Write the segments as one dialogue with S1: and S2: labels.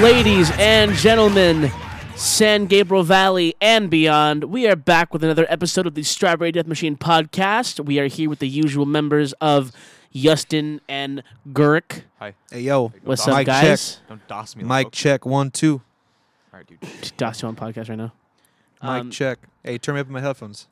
S1: Ladies and gentlemen, San Gabriel Valley and beyond, we are back with another episode of the Strawberry Death Machine podcast. We are here with the usual members of Justin and Gurk.
S2: Hi.
S3: Hey yo,
S1: What's
S2: Mic
S1: up, guys?
S2: Don't DOS me.
S3: Mic
S2: like,
S3: check one two.
S2: All right, dude.
S1: Dots you on podcast right now.
S3: Mic
S1: Um,
S3: check. Hey, turn me up in my headphones.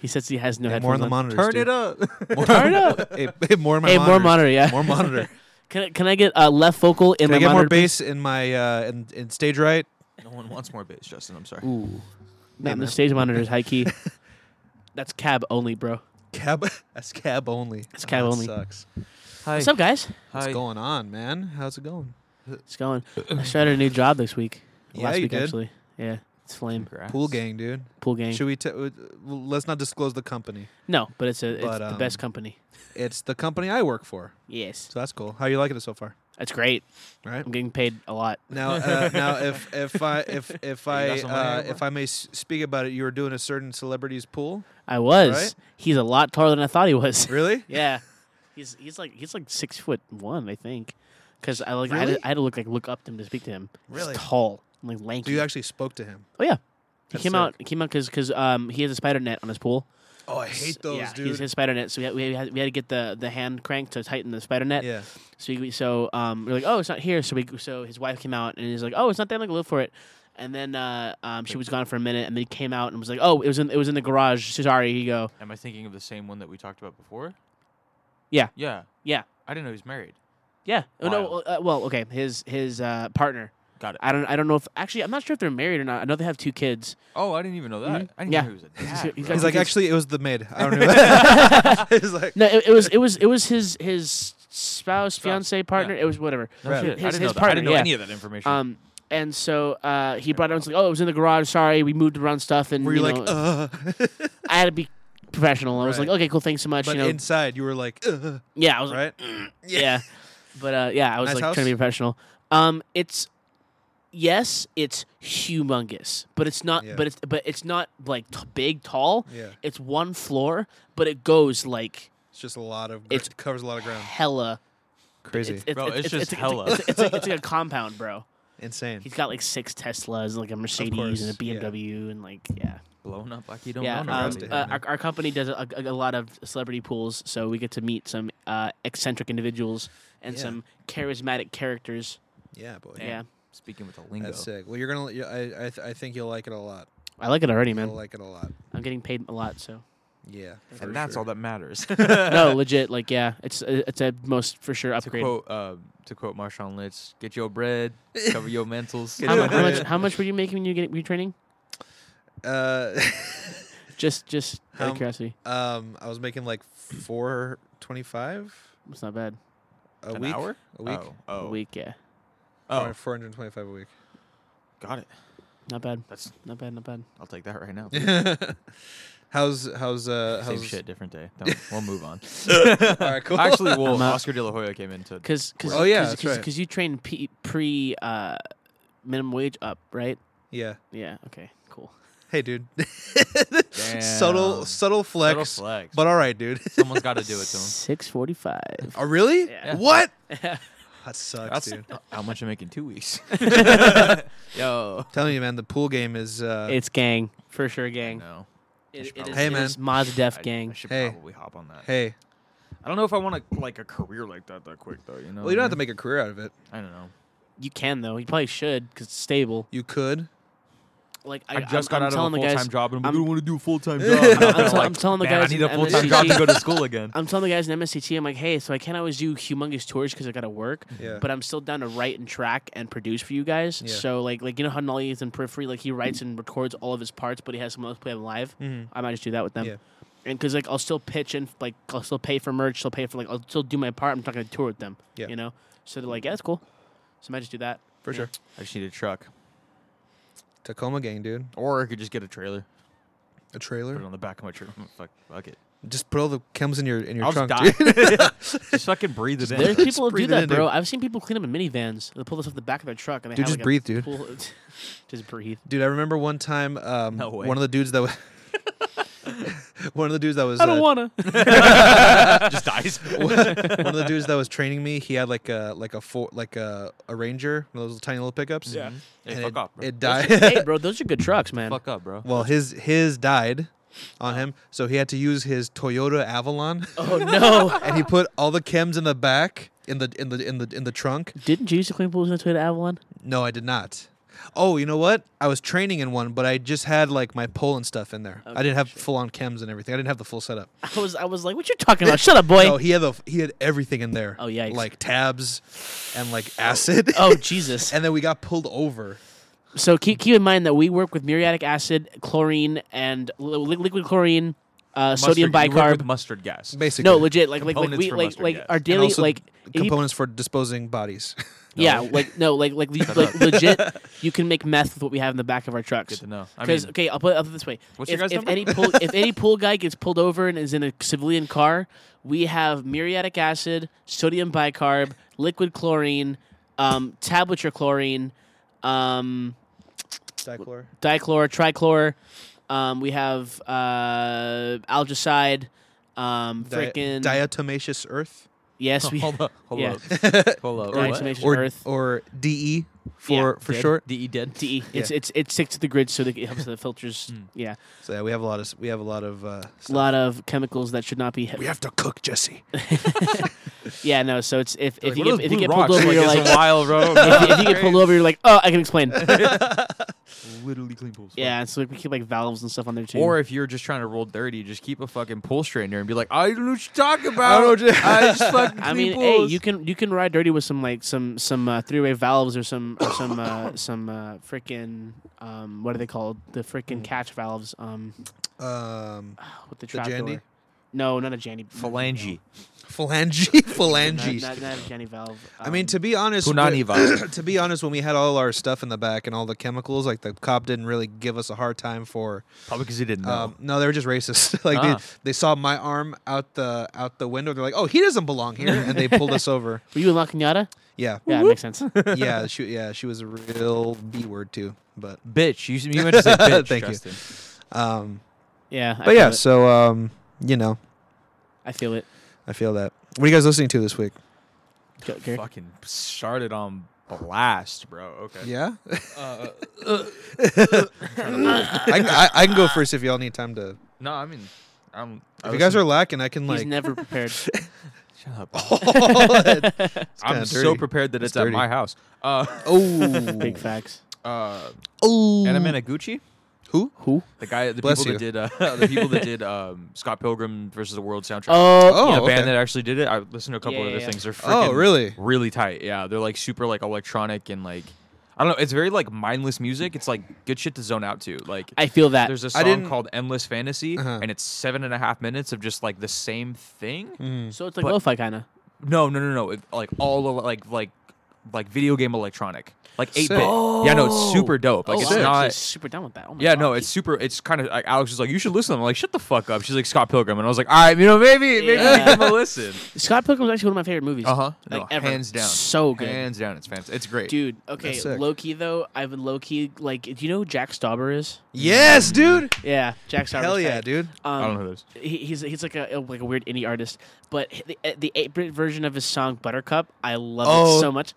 S1: He says he has no
S3: Hey,
S1: headphones
S3: more on the
S1: on.
S3: monitors.
S2: Turn
S3: dude.
S2: it up.
S3: More,
S1: Turn it up.
S3: Hey, hey, more in my
S1: Hey,
S3: monitor.
S1: more monitor, yeah.
S3: More monitor.
S1: Can I, can I get uh, left vocal in
S3: Can
S1: my
S3: I get more
S1: monitor?
S3: bass in my uh, in, in stage right?
S2: no one wants more bass, Justin. I'm sorry.
S1: Ooh, not in the
S3: man.
S1: stage monitors, high key. That's cab only, bro.
S3: Cab. That's cab only. Oh,
S1: That's cab
S3: that
S1: only.
S3: Sucks.
S2: Hi.
S1: What's up, guys?
S3: What's going on, man? How's it going?
S1: It's going. I started a new job this week.
S3: Yeah,
S1: Last
S3: you
S1: week
S3: did.
S1: actually. Yeah, it's flame
S3: Pool gang, dude.
S1: pool gang.
S3: Should we? T- uh, well, let's not disclose the company.
S1: No, but it's a it's
S3: But,
S1: the
S3: um,
S1: best company.
S3: It's the company I work for,
S1: Yes,
S3: so that's cool. How you liking it so far?
S1: that's great.
S3: All right.
S1: I'm getting paid a lot.
S3: Now, uh, now, if if I if if I
S2: got some money
S3: uh,
S2: over?
S3: if I may s- speak about it, you were doing a certain celebrity's pool.
S1: I was.
S3: Right?
S1: He's a lot taller than I thought he was.
S3: Really?
S1: yeah, he's he's like he's like six foot one, I think. Because I like I, had
S3: Really?
S1: to, I had to look like look up to him to speak to him.
S3: Really?
S1: he's tall, and, like lanky.
S3: So you actually spoke to him.
S1: oh yeah, he
S3: That's
S1: came
S3: sick.
S1: out. He came out because um he has a spider net on his pool.
S3: Oh, I hate those,
S1: yeah,
S3: dude.
S1: He's his spider net. So we had, we had we had to get the the hand crank to tighten the spider net.
S3: yeah.
S1: So we, so um, we are like, oh, it's not here. So we so his wife came out and he's like, oh, it's not there. I'm like, look for it. And then uh, um, she was gone for a minute, and then he came out and was like, oh, it was in it was in the garage. So sorry, he go.
S2: Am I thinking of the same one that we talked about before?
S1: Yeah.
S2: Yeah.
S1: Yeah.
S2: I didn't know he's married.
S1: Yeah. Oh, no.
S2: Wild.
S1: Uh, well, okay. His his uh, partner.
S2: Got it.
S1: I don't I don't know if actually I'm not sure if they're married or not. I know they have two kids.
S2: oh, I didn't even know that.
S1: Mhm.
S2: I didn't
S1: Yeah.
S2: know he was a dad.
S1: he's
S2: bro.
S3: He's
S1: got-
S3: like, actually, it was the maid. I don't know. He's like,
S1: No, it, it was it was it was his his spouse, fiance, partner.
S2: yeah.
S1: It was whatever.
S2: No
S3: Right.
S2: shit, I
S1: "Oh, His-
S2: didn't
S1: his
S2: know that. I
S1: partner,
S2: didn't know
S1: yeah.
S2: any of that information.
S1: Um, and so uh, he brought it up and was like, oh, it was in the garage. Sorry, we moved around stuff, and
S3: were you
S1: you
S3: like,
S1: know,
S3: uh?
S1: I had to be professional. I was
S3: Right.
S1: like, okay, cool, thanks so much.
S3: But
S1: you know,
S3: inside, you were like, uh,
S1: yeah, I was like,
S3: right?
S1: yeah. But uh, yeah, I was
S3: Nice
S1: like
S3: house?
S1: trying to be professional. Um, it's yes, it's humongous, but it's not.
S3: Yeah.
S1: But it's but it's not like t- big, tall.
S3: Yeah.
S1: It's one floor, but it goes like
S3: It's just a lot of.
S1: It's-
S3: It covers a lot of ground.
S1: hella.
S3: Crazy,
S1: It's, it's,
S2: Bro, it's just
S1: it's,
S2: hella.
S1: It's, it's, like- it's like a compound, bro.
S3: insane.
S1: He's got like six Teslas, like a Mercedes and a
S3: course, yeah.
S1: BMW, and like yeah,
S2: Blown up like you don't
S1: yeah.
S2: know.
S1: Um,
S3: Arrested him,
S1: uh,
S3: man.
S1: our, our company does a, a, a lot of celebrity pools, so we get to meet some uh, eccentric individuals and
S3: Yeah.
S1: some charismatic characters.
S3: Yeah, boy.
S1: Yeah,
S2: Speaking with a lingo.
S3: That's sick. Well, you're gonna. you- I I, th- I think you'll like it a lot.
S1: I like it already,
S3: You'll
S1: man.
S3: like it a lot.
S1: I'm getting paid a lot, so
S3: Yeah. for
S2: And that's
S3: sure.
S2: all that matters.
S1: no, legit, like yeah, it's it's a most for sure
S2: to
S1: upgrade.
S2: quote uh, to quote Marshawn Lynch, get your bread, cover your mentals.
S1: How, mu- how much? How much were you making when you get were you training?
S3: Uh,
S1: Just just out
S3: Um,
S1: of curiosity,
S3: um, I was making like four twenty-five
S1: it's not bad.
S3: a
S2: An
S3: week.
S2: hour?
S3: A week.
S2: Oh,
S1: A
S2: oh,
S1: week, yeah,
S2: oh,
S3: Four hundred twenty-five a week.
S2: got it.
S1: not bad,
S2: That's
S1: not bad, not bad.
S2: I'll take that right now.
S3: how's how's uh
S2: Same
S3: how's
S2: shit, different day. Don't- we'll move on.
S3: All right, cool.
S2: Actually, well,
S1: I'm out.
S2: Oscar De La Hoya came in to.
S1: Cause, cause,
S3: Oh, yeah,
S1: cause,
S3: that's
S1: cause,
S3: right.
S1: 'cause you train P- pre uh, minimum wage up, right?
S3: yeah.
S1: Yeah. Okay. Cool.
S3: Hey, dude. Subtle,
S2: Damn.
S3: subtle flex,
S2: um, Subtle flex.
S3: But all right, dude.
S2: Someone's got to do it to him.
S1: Six forty-five.
S3: oh, really?
S1: Yeah.
S3: What? That sucks,
S2: That's
S3: dude.
S2: how much I make in two weeks. Yo.
S3: Telling you, man, the pool game is. Uh,
S1: It's gang for sure, gang.
S2: No.
S1: It, it
S2: Hey,
S1: is,
S3: man.
S1: it is Maz Def
S2: I,
S1: gang.
S2: I should
S3: Hey.
S2: probably hop on that.
S3: hey,
S2: I don't know if I want to like a career like that that quick though. You know.
S3: well, you don't have to make a career out of it.
S2: I don't know.
S1: you can though. You probably should because it's stable.
S3: You could.
S1: Like I,
S2: I, just
S1: am
S2: got out
S1: telling
S2: of a
S1: the
S2: full
S1: guys.
S2: time job and I'm,
S1: I'm-
S2: gonna want to do a full time job. And
S1: I'm tell-
S2: like,
S1: I'm telling the
S2: "Man,
S1: guys
S2: I need a
S1: in
S2: full time job to go to school again.
S1: I'm telling the guys in MSCT, I'm like, hey, so I can't always do humongous tours because I gotta work,
S2: Mhm.
S3: Yeah.
S1: but I'm still down to write and track and produce for you guys.
S3: Yeah.
S1: So like, like you know how Nolly is in Periphery, like he writes and records all of his parts, but he has someone else play them live. I might just do that with them,
S3: Mm-hmm. Yeah.
S1: and because like I'll still pitch and like I'll still pay for merch, still pay for like I'll still do my part. I'm not gonna tour with them,
S3: Yeah.
S1: you know. So they're like, yeah, that's cool. So I might just do that
S3: For
S1: Yeah.
S3: sure.
S2: I just need a truck,
S3: Tacoma gang, dude.
S2: or I could just get a trailer,
S3: A
S2: put it
S3: trailer.
S2: on the back of my truck. Fuck, fuck it.
S3: Just put all the chems in your in your
S2: I'll
S3: trunk.
S2: just
S3: dude.
S2: die. just fucking breathe it
S1: There's
S2: in.
S1: people who do
S3: breathe it
S1: that,
S3: in, dude.
S1: bro. I've seen people clean up in minivans. They pull this off the back of their truck and they
S3: Dude,
S1: have
S3: just
S1: like, a
S3: breathe, dude.
S1: pool- just breathe.
S3: Dude, I remember one time um,
S2: No way.
S3: one of the dudes that was One of the dudes that was
S1: I don't
S3: uh,
S1: wanna.
S4: just dies.
S3: one of the dudes that was training me, he had like a like a four like a, a Ranger, one of those tiny little pickups.
S4: Yeah. Hey,
S3: and
S4: fuck
S3: it,
S4: off, bro.
S3: It died.
S1: hey, bro, those are good trucks, man.
S2: Fuck up, bro.
S3: well, his his died on him,
S4: Uh-huh.
S3: so he had to use his Toyota Avalon,
S1: Oh no!
S3: and he put all the chems in the back in the in the in the in the trunk.
S1: Didn't you used to clean pools in a Toyota Avalon?
S3: No, I did not. Oh, you know what? I was training in one, but I just had like my pole and stuff in there. I didn't have full on chems and everything. I didn't have the full setup.
S1: I was, I was like, what you talking about? Shut up, boy.
S3: No, he had the, he had everything in there.
S1: Oh, yikes.
S3: Like tabs and like acid.
S1: Oh Jesus!
S3: and then we got pulled over.
S1: So keep keep in mind that we work with muriatic acid, chlorine, and li- li- liquid chlorine, uh, sodium
S2: Mustard- you work with
S1: bicarb.
S2: mustard gas.
S3: Basically,
S1: No, legit. Like like like
S2: Components
S1: we
S2: for
S1: like
S2: mustard
S1: like
S2: gas.
S1: our
S3: And
S1: daily
S3: also
S1: like eighty-
S3: components for disposing bodies.
S1: yeah like no like like, le- like legit. You can make meth with what we have in the back of our
S2: Good
S1: trucks.
S2: to know. I mean,
S1: Because okay, I'll put it up this way.
S2: What's
S1: if,
S2: your guys'
S1: if
S2: number?
S1: any pool if any pool guy gets pulled over and is in a civilian car, we have muriatic acid, sodium bicarb, liquid chlorine, um, tablature chlorine, um,
S3: Dichlor.
S1: dichlor, trichlor. Um, we have uh, algicide. Um,
S3: Di-
S1: freaking
S3: diatomaceous earth
S1: yes, we
S2: hold up, hold
S1: yeah.
S2: up, hold up.
S1: Right,
S2: what?
S1: so make- Diatomaceous
S3: or
S1: earth.
S3: or DE for for
S2: Dead?
S3: short.
S2: De dead.
S1: DE. E. It's it's it's sick to the grid, so that it helps the filters.
S2: Hmm.
S1: Yeah,
S3: So yeah, we have a lot of s- we have a lot of uh,
S1: a lot of chemicals that should not be.
S3: we have to cook Jesse.
S1: Yeah, no. So it's if if
S2: Like,
S1: you
S2: what are
S1: get,
S2: those
S1: if you
S2: blue
S1: get pulled
S2: rocks?
S1: over, you're
S2: Like,
S1: like
S2: it's wild, bro.
S1: if, you- if you get pulled over, you're like, oh, I can explain.
S2: Literally clean pools.
S1: yeah, so like, we keep like valves and stuff on there too.
S2: Or if you're just trying to roll dirty, just keep a fucking pool straightener and be like, I don't know what you're talking
S3: I
S2: about.
S3: don't know what you-
S2: just fucking
S1: I
S2: clean
S1: mean, hey,
S2: pools.
S1: you can you can ride dirty with some like some some uh, three way valves or some or some uh, some uh, freaking um what are they called the freaking catch valves um
S3: Um,
S1: with the
S3: The
S1: trap
S3: Jandy?
S1: door. No, not a Jandy.
S2: Phalange.
S3: phalange,
S1: Not,
S3: phalanges.
S1: not, not a Jandy valve.
S3: I mean,
S1: um,
S3: to be honest,
S2: Punani
S3: wi- to be honest, when we had all our stuff in the back and all the chemicals, like the cop didn't really give us a hard time for.
S2: Probably because he didn't know.
S3: Um, no, they were just racist. like
S2: Ah.
S3: they, they saw my arm out the out the window. They're like, "Oh, he doesn't belong here," and they pulled us over.
S1: were you in La Cunada?
S3: Yeah,
S1: Yeah, it makes sense.
S3: yeah, she yeah she was a real b word too. But
S2: bitch. You, you meant to say bitch,
S3: Thank you.
S2: Justin.
S3: um,
S1: yeah, I
S3: but yeah,
S1: feel it.
S3: so um, you know,
S1: I feel it.
S3: I feel that. What are you guys listening to this week?
S1: Go, Gary.
S2: Fucking started on blast, bro. Okay.
S3: Yeah,
S2: no,
S3: I, I I can go first if y'all need time to.
S2: I mean, I'm.
S3: If you guys are lacking, I can
S1: He's
S3: like.
S1: never prepared.
S2: shut up.
S3: kinda
S2: I'm so
S3: dirty.
S2: prepared that it's,
S3: It's
S2: at
S3: dirty.
S2: my house. Uh,
S3: oh,
S1: Big facts.
S2: uh,
S3: oh,
S2: Anna Gucci,
S3: who?
S1: Who?
S2: the guy, the
S3: Bless
S2: people
S3: you.
S2: that did, uh, the people that did um, Scott Pilgrim versus the World soundtrack.
S1: Oh,
S3: Oh,
S2: the
S3: okay.
S2: band that actually did it. I listened to a couple
S1: Yeah,
S2: other
S1: yeah, yeah.
S2: things. They're
S3: Oh,
S2: freaking
S3: really?
S2: really tight. Yeah, they're like super like electronic and like I don't know. It's very like mindless music. It's like good shit to zone out to. Like
S1: I feel that.
S2: there's a
S3: I
S2: song
S3: didn't-
S2: called "Endless Fantasy"
S3: Uh-huh.
S2: and it's seven and a half minutes of just like the same thing.
S1: so it's like
S2: but-
S1: lo-fi kind of.
S2: No, no, no, no. It, like all ele- like like like video game electronic, like eight bit.
S3: Sick.
S2: Yeah, no, it's super dope. Like
S1: oh,
S2: it's
S1: I'm actually
S2: not.
S1: super down with that. Oh my
S2: Yeah,
S1: God.
S2: no, it's super. It's kind of like Alex was like, "You should listen." I'm like, "Shut the fuck up." She's like, "Scott Pilgrim," and I was like, "All right, you know, maybe, maybe
S1: Yeah.
S2: I'll give him a listen."
S1: Scott Pilgrim is actually one of my favorite movies.
S2: Uh huh.
S1: Like,
S2: no,
S1: ever.
S2: hands down.
S1: So good.
S2: Hands down. It's fantastic. It's great.
S1: Dude, okay,
S3: That's sick.
S1: low key though, I've been low key like do you know who Jack Stauber is?
S3: Yes, dude.
S1: Yeah, Jack Stauber.
S3: Hell yeah, dude.
S1: Um,
S2: I don't know who this.
S1: He, he's he's like a like a weird indie artist, but h- the, eh, the eight bit version of his song Buttercup, I love
S3: Oh.
S1: it so much.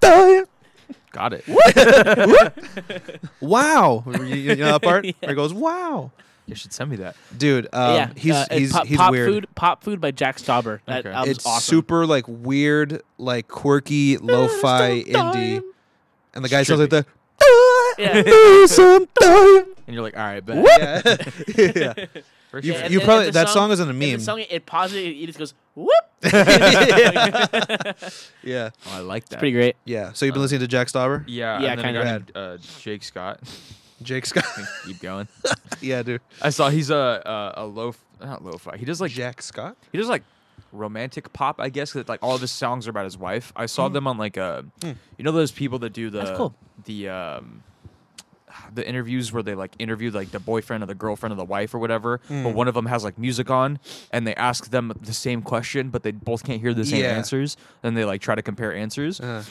S2: Got it.
S3: Wow. You, you know that part? Where it goes, wow.
S2: You should send me that.
S3: Dude, um,
S1: yeah,
S3: he's,
S1: uh,
S3: he's,
S1: pop,
S3: he's
S1: pop
S3: weird.
S1: food, pop food by Jack Stauber. That
S2: Okay.
S1: album's
S3: It's
S1: awesome.
S3: super like weird, like quirky, lo-fi indie, and the guy sounds like the. "Ah,
S1: Yeah.
S2: And you're like, all right, bet.
S3: Yeah. yeah.
S2: For Oh,
S3: You,
S1: Yeah, and-
S3: you
S1: and
S3: probably
S1: the
S3: that
S1: song-
S3: song, is in a
S1: And
S3: meme.
S1: the song it positively it just goes whoop.
S3: yeah,
S2: Oh, I like that.
S1: Pretty great.
S3: yeah. So you've been listening to Jack Stauber,
S2: Yeah.
S1: Uh, Yeah,
S2: and then
S1: kinda.
S2: I got, Uh, Jake Scott.
S3: Jake Scott.
S2: Keep going.
S3: yeah, dude.
S2: I saw he's a a, a low not low fi. He does like
S3: Jack Scott.
S2: he does like romantic pop. I guess that like all of his songs are about his wife. I saw them on like a you know those people that do the
S1: Hmm. That's cool.
S2: the um the interviews where they like interview like the boyfriend or the girlfriend or the wife or whatever,
S1: Hmm.
S2: but one of them has like music on and they ask them the same question, but they both can't hear the same
S3: Yeah.
S1: Uh-huh.
S2: answers. Then they like try to compare answers.
S3: Uh,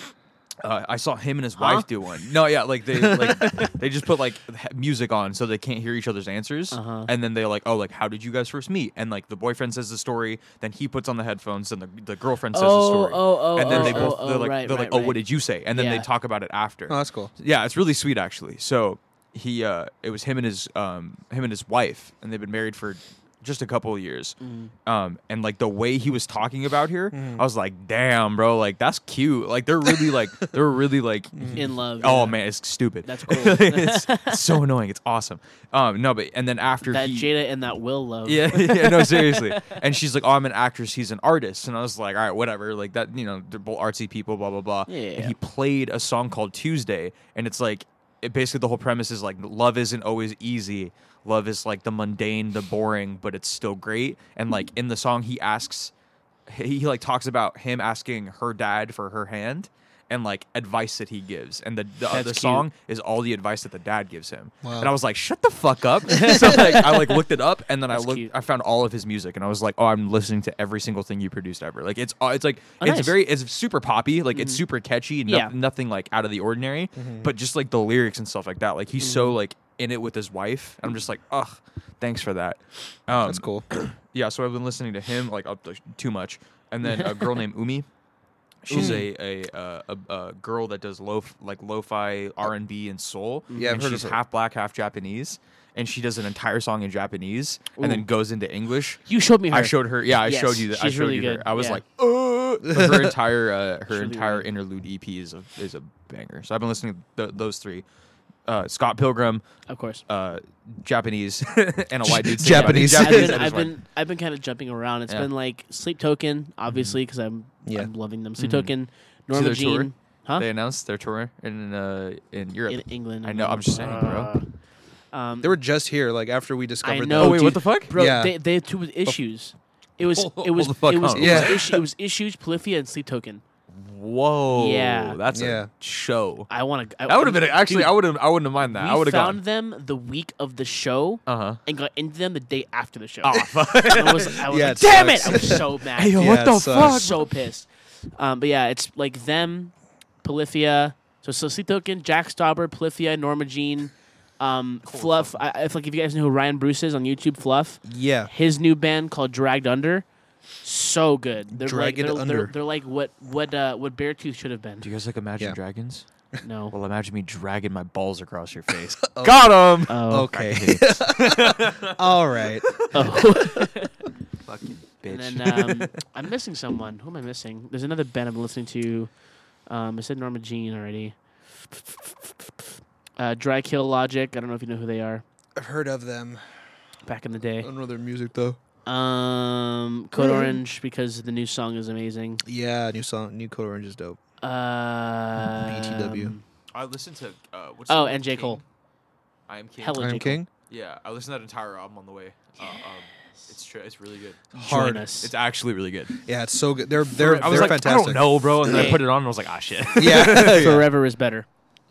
S2: Uh, I saw him and his wife do one. No, yeah, like they like they just put like h- music on so they can't hear each other's answers,
S1: Uh-huh.
S2: and then they like, oh, like how did you guys first meet? And like the boyfriend says the story, then he puts on the headphones, and the, the girlfriend says the
S1: Oh,
S2: story,
S1: oh, oh,
S2: and
S1: oh,
S2: then they both
S1: oh,
S2: they're
S1: oh,
S2: like
S1: right,
S2: they're
S1: right,
S2: like, oh,
S1: right.
S2: what did you say? And then
S1: Yeah.
S2: they talk about it after.
S3: Oh, that's cool.
S2: Yeah, it's really sweet actually. So he uh it was him and his um him and his wife and they've been married for just a couple of years.
S1: Mm-hmm.
S2: Um and like the way he was talking about her, I was like, "Damn, bro, like that's cute." Like they're really like they're really like
S1: in love.
S2: Oh man, it's stupid.
S1: Mm-hmm. That's cool.
S2: it's so annoying. It's awesome. Um no, but and then after
S1: that
S2: he,
S1: Jada and that Will love.
S2: yeah, yeah, no, seriously. And she's like, "Oh, I'm an actress. He's an artist." And I was like, "All right, whatever." Like that, you know, they're both artsy people, blah blah blah.
S1: Yeah, yeah,
S2: And
S1: yeah.
S2: he played a song called Tuesday, and it's like, it basically the whole premise is like, love isn't always easy. Love is like the mundane, the boring, but it's still great.
S1: Hmm.
S2: And like in the song, he asks, he, he like talks about him asking her dad for her hand. And like advice that he gives, and the the, the
S1: cute.
S2: song is all the advice that the dad gives him.
S3: Wow.
S2: And I was like, "Shut the fuck up!" so like, I like looked it up, and then I
S1: That's
S2: looked,
S1: cute.
S2: I found all of his music, and I was like, "Oh, I'm listening to every single thing you produced ever." Like it's, uh, it's like
S1: Oh,
S2: it's
S1: nice. Mm-hmm.
S2: very, it's super poppy, like it's super catchy, no-
S1: Yeah. Mm-hmm.
S2: nothing like out of the ordinary, but just like the lyrics and stuff like that. Like he's so like in it with his wife. and I'm just like, ugh, thanks for that. Um,
S3: That's cool.
S2: Yeah, so I've been listening to him like up to, too much, and then a girl named Umi. She's a a, uh, a a girl that does lo like lo-fi R and B and soul.
S3: Yeah, I've
S2: and
S3: heard of
S2: she's
S3: her.
S2: half black, half Japanese, and she does an entire song in Japanese and then goes into English.
S1: You showed me her.
S2: I showed her. Yeah, I
S1: Yes,
S2: showed you. that. I
S1: she's
S2: showed
S1: really
S2: you
S1: good,
S2: her. I was
S1: yeah.
S2: like, oh, her entire uh, her
S1: really
S2: entire
S1: good.
S2: interlude EP is a is a banger. So I've been listening to th- those three. Uh, Scott Pilgrim,
S1: Of course.
S2: uh, Japanese, and a white dude. singing
S3: Japanese.
S1: I've
S2: Japanese
S1: been,
S2: and
S1: I've
S2: his wife.
S1: been, I've been kind of jumping around. It's
S2: Yeah. Mm-hmm.
S1: been like Sleep Token, obviously, because I'm,
S3: Yeah.
S1: I'm loving them. Sleep Token,
S2: See
S1: Norma
S2: their tour?
S1: Jean, huh?
S2: They announced their tour in uh, in Europe.
S1: in England.
S2: I know, I'm just saying, bro.
S1: bro. Um,
S3: They were just here, like after
S1: I
S3: we discovered.
S1: know.
S2: Oh, wait, what
S1: dude.
S2: the fuck? Oh.
S1: Bro,
S3: Yeah.
S1: they they had two issues. It was
S2: Hold-
S1: it was
S2: hold the fuck
S1: it was
S2: on.
S1: it was,
S3: Yeah.
S1: issues, it was issues Polyphia and Sleep Token.
S2: Whoa,
S1: Yeah.
S2: that's
S3: Yeah.
S2: a show.
S1: I want to.
S2: That would have been actually.
S1: Dude,
S2: I would have. I wouldn't have mind that. I would
S1: we
S2: have
S1: found
S2: gone.
S1: them the week of the show
S2: Uh huh.
S1: and got into them the day after the show.
S2: Oh, fuck.
S1: I was, I was
S3: Yeah,
S1: like,
S3: it
S1: damn it!
S3: sucks.
S1: I was so mad.
S2: Hey, yo,
S1: dude.
S3: Yeah,
S2: what the
S3: it
S1: I
S3: sucks.
S2: fuck?
S1: was so pissed. Um, but yeah, it's like them, Polyphia. So Sissy Token, Jack Stauber, Polyphia, Norma Jean, um, Fluff. I, I feel like if you guys know who Ryan Bruce is on YouTube, Fluff.
S3: Yeah.
S1: His new band called Dragged Under, so good. They're like
S3: Dragged
S1: they're, they're-
S3: Under.
S1: They're, like what what uh, what Beartooth should have been.
S2: Do you guys like Imagine
S3: Yeah.
S2: Dragons?
S1: No.
S2: Well, imagine me dragging my balls across your face.
S4: Got him.
S1: Oh,
S3: Okay. All right.
S1: oh.
S2: Fucking
S1: and
S2: bitch.
S1: then um, I'm missing someone. Who am I missing? There's another band I'm listening to. Um, I said Norma Jean already. Uh, Dry Kill Logic. I don't know if you know who they are.
S3: I've heard of them.
S1: Back in the day.
S3: I don't know their music though.
S1: Um, Code Orange because the new song is amazing.
S3: Yeah, new song, new Code Orange is dope.
S1: Um,
S3: BTW.
S2: I listened to uh, what's
S1: Oh, and J Cole.
S2: I am King.
S1: Hella
S3: I
S1: J.
S3: am
S1: Cole.
S3: King.
S2: Yeah, I listened to that entire album on the way. Uh, um, it's true. It's really good.
S1: Join
S3: Hard.
S1: us.
S2: It's actually really good.
S3: Yeah, it's so good. They're they're
S2: I was
S3: they're
S2: like,
S3: fantastic.
S2: I don't know, bro. And then I
S1: Yeah.
S2: put it on and I was like, ah, shit.
S3: Yeah.
S1: Forever is better.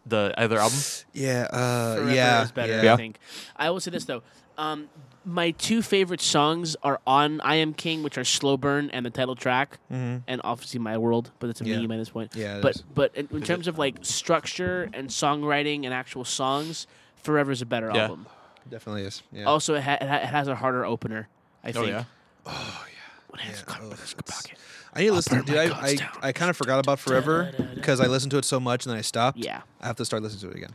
S2: the other album.
S3: yeah. Uh,
S1: Forever
S3: yeah.
S1: is better,
S3: yeah.
S1: I think. I will say this though. Um, my two favorite songs are on I Am King, which are Slow Burn and the title track, and obviously My World, but it's a
S3: Mm-hmm. Yeah.
S1: meme at this point.
S3: Yeah, it
S1: but
S3: is.
S1: but in, in terms of like structure and songwriting and actual songs, Forever is a better
S2: Yeah.
S1: album.
S3: Definitely is. Yeah.
S1: Also, it, ha- it ha- it has a harder opener. I think.
S2: Oh, yeah?
S1: What has
S3: Yeah,
S1: cut
S3: oh,
S1: in his
S3: that's-
S1: pocket?
S3: I need to listen.
S1: burn
S3: Dude,
S1: my
S3: I
S1: guts
S3: I,
S1: down.
S3: I kind of forgot about Forever because I listened to it so much and then I stopped.
S1: Yeah.
S3: I have to start listening to it again.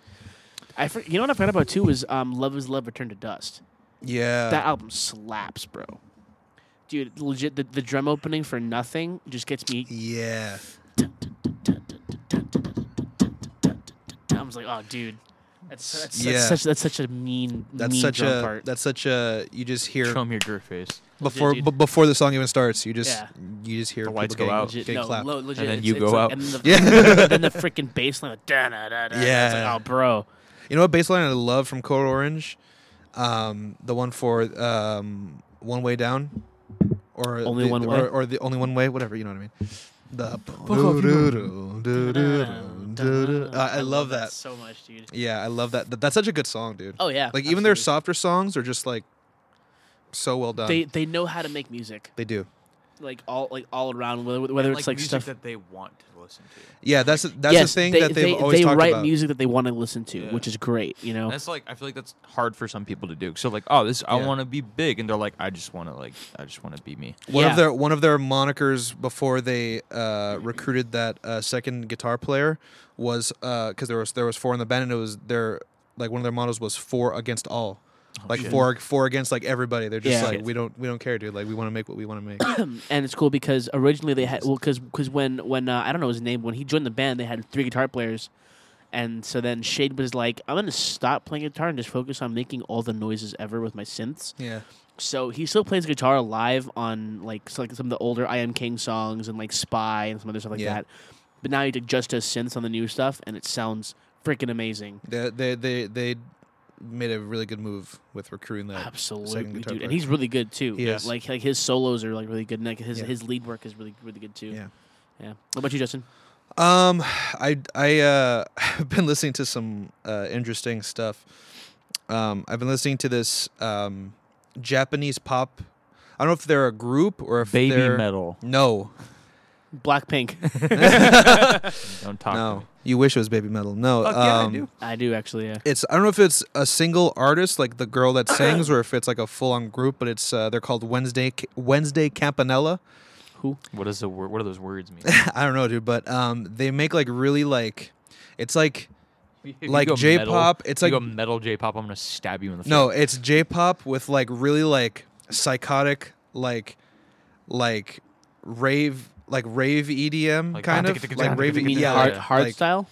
S1: I for, you know what I forgot about too is um, Love Is Love Return to Dust.
S3: Yeah.
S1: That album slaps, bro. Dude, legit the, the drum opening for nothing just gets me
S3: yeah.
S1: I was like, oh, dude, that's that's,
S3: Yeah.
S1: that's such that's such a mean
S3: That's
S1: mean
S3: such
S1: drum
S3: a
S1: part.
S3: that's such a you just hear
S2: Show me your girl face.
S3: before
S1: dude.
S3: b- before the song even starts. You just
S1: Yeah.
S3: you just hear
S2: The lights
S3: people
S2: go
S3: getting-
S2: out.
S1: legit,
S3: getting
S1: no,
S3: clapped.
S1: lo- legit,
S2: And then
S1: it's-
S2: you
S1: it's
S2: go
S1: like-
S2: out.
S1: and then the,
S3: Yeah.
S1: then the freaking bass line, like, da da da da. It's like,
S3: Yeah.
S1: oh, bro,
S3: You know what bass line I love from Code Orange? Um, the one for um, One Way Down, or
S1: Only
S3: the,
S1: One
S3: or,
S1: Way?
S3: or the only one way, whatever you know what I mean. The
S1: off, you
S3: Uh, I love that.
S1: so much, dude.
S3: Yeah, I love that. Th- That's such a good song, dude.
S1: Oh yeah,
S3: Like even their
S1: absolutely.
S3: softer songs are just like so well done.
S1: They they know how to make music.
S3: They do.
S1: like all like all around whether whether
S2: like
S1: it's like
S2: music
S1: stuff Oh.
S2: that they want to listen to.
S3: Yeah, that's that's
S1: yes,
S3: the thing
S1: they,
S3: that they've
S1: they,
S3: always
S1: they
S3: talked
S1: write
S3: about.
S1: music that they want to listen to, which is great. You know,
S2: That's like I feel like that's hard for some people to do. So like, oh, this I
S3: Yeah.
S2: want to be big, and they're like, I just want to like, I just want to be me.
S3: One
S1: Yeah.
S3: of their one of their monikers before they uh, recruited that uh, second guitar player was because there was there was four in the band and it was their like one of their mottos was four against all, like
S2: shit.
S3: four four against like everybody. They're just
S1: Oh, Yeah.
S3: like we don't we don't care, dude. Like we want to make what we want to make.
S1: and it's cool because originally they had well because when when uh, I don't know his name when he joined the band they had three guitar players, and so then Shade was like I'm gonna stop playing guitar and just focus on making all the noises ever with my synths.
S3: yeah,
S1: So he still plays guitar live on like so, like some of the older I Am King songs and like Spy and some other stuff like
S3: Yeah.
S1: that. But now he did just does synths on the new stuff and it sounds freaking amazing.
S3: they they they, they made a really good move with recruiting that second
S1: Absolutely,
S3: guitar
S1: dude,
S3: player.
S1: and he's really good too.
S3: He is.
S1: Like like his solos are like really good. And like his
S3: Yeah.
S1: his lead work is really really good too.
S3: Yeah.
S1: yeah. What about you, Justin?
S3: Um, I I uh, have been listening to some uh, interesting stuff. Um, I've been listening to this um, Japanese pop. I don't know if they're a group or if they're
S2: metal.
S3: No,
S1: Blackpink.
S2: Don't talk. To
S3: no.
S2: me.
S3: You wish it was baby metal. No.
S2: Fuck Oh, yeah, I
S3: um,
S2: do.
S1: I do actually. Yeah.
S3: It's I don't know if it's a single artist like the girl that sings or if it's like a full on group, but it's uh, they're called Wednesday Wednesday Campanella.
S1: Who?
S2: What does the word? What do those words mean?
S3: I don't know, dude, but um, they make like really like it's like
S2: If you
S3: Like
S2: go metal-
S3: J-pop, it's
S2: if you
S3: like-
S2: go metal J-pop. I'm gonna stab you in the face.
S3: No, it's J-pop with like really like psychotic like like rave like rave EDM
S2: Like-
S3: kind of like rave E
S1: You mean
S3: yeah
S1: hard,
S3: like-
S1: hard
S3: like-
S1: style?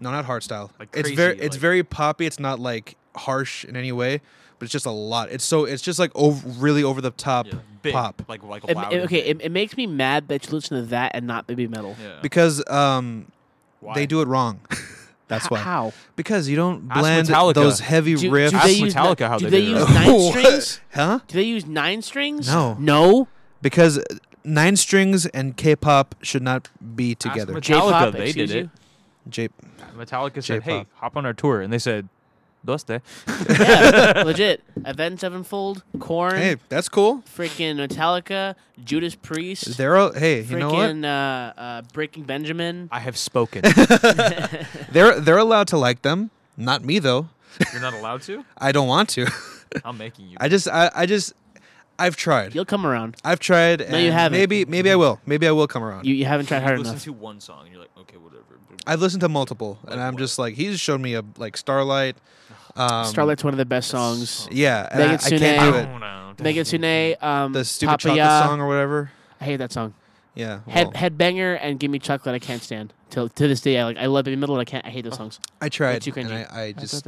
S3: No, not hard style.
S2: Like
S3: it's
S2: crazy,
S3: very it's
S2: like-
S3: very poppy. It's not like harsh in any way, but it's just a lot. It's so it's just like over, really over the top
S2: Yeah, like big,
S3: pop
S2: Like like
S1: It-
S2: loud.
S1: it-
S2: and
S1: okay,
S2: big.
S1: it, it makes me mad that you listen to that and not baby metal.
S2: Yeah.
S3: because um
S2: Why?
S3: they do it wrong. That's
S1: H-
S3: why.
S1: How?
S3: Because you don't
S2: Ask
S3: blend
S2: Metallica.
S3: those heavy
S1: Do, do
S3: riffs.
S2: Ask
S1: they use,
S2: Metallica
S1: ni-
S2: how
S1: do
S2: they
S1: they,
S2: do
S1: use
S2: that.
S1: nine
S3: What?
S1: strings?
S3: huh?
S1: Do they use nine strings?
S3: No.
S1: No.
S3: Because nine strings and K-pop should not be
S2: Ask
S3: together.
S2: Metallica,
S1: J-pop,
S2: they
S1: excuse
S2: did it.
S1: you?
S3: J-
S2: Metallica said, "Hey,
S3: J-pop.
S2: hop on our tour," and they said, "Doste."
S1: Yeah, legit. Event Sevenfold, Corn,
S3: hey, that's cool.
S1: freaking Metallica, Judas Priest,
S3: They're all, hey, you know what?
S1: freaking uh, uh, Breaking Benjamin.
S2: I have spoken.
S3: They're they're allowed to like them. Not me though.
S2: You're not allowed to.
S3: I don't want to.
S2: I'm making you.
S3: I just I, I just I've tried.
S1: You'll come around.
S3: I've tried. And
S1: you haven't. Mm-hmm.
S3: Maybe maybe I will. Maybe I will come around.
S1: You, you haven't tried hard
S2: listen
S1: enough.
S2: to one song and you're like, okay, whatever.
S3: I've listened to multiple,
S2: Like
S3: and I'm
S2: what?
S3: just like he's showed me a like Starlight. Um,
S1: Starlight's one of the best songs.
S3: Yeah, and I, I
S1: Megatsune.
S3: can't do it.
S2: know.
S1: Megatsune, um,
S3: The stupid
S1: Papa
S3: chocolate
S1: Ya.
S3: song or whatever.
S1: I hate that song.
S3: Yeah.
S1: Head
S3: well,
S1: headbanger and give me chocolate. I can't stand till to this day. I like I love baby metal. And I can't. I hate those songs.
S3: I tried.
S1: too
S3: And
S1: cringy.
S3: I, I just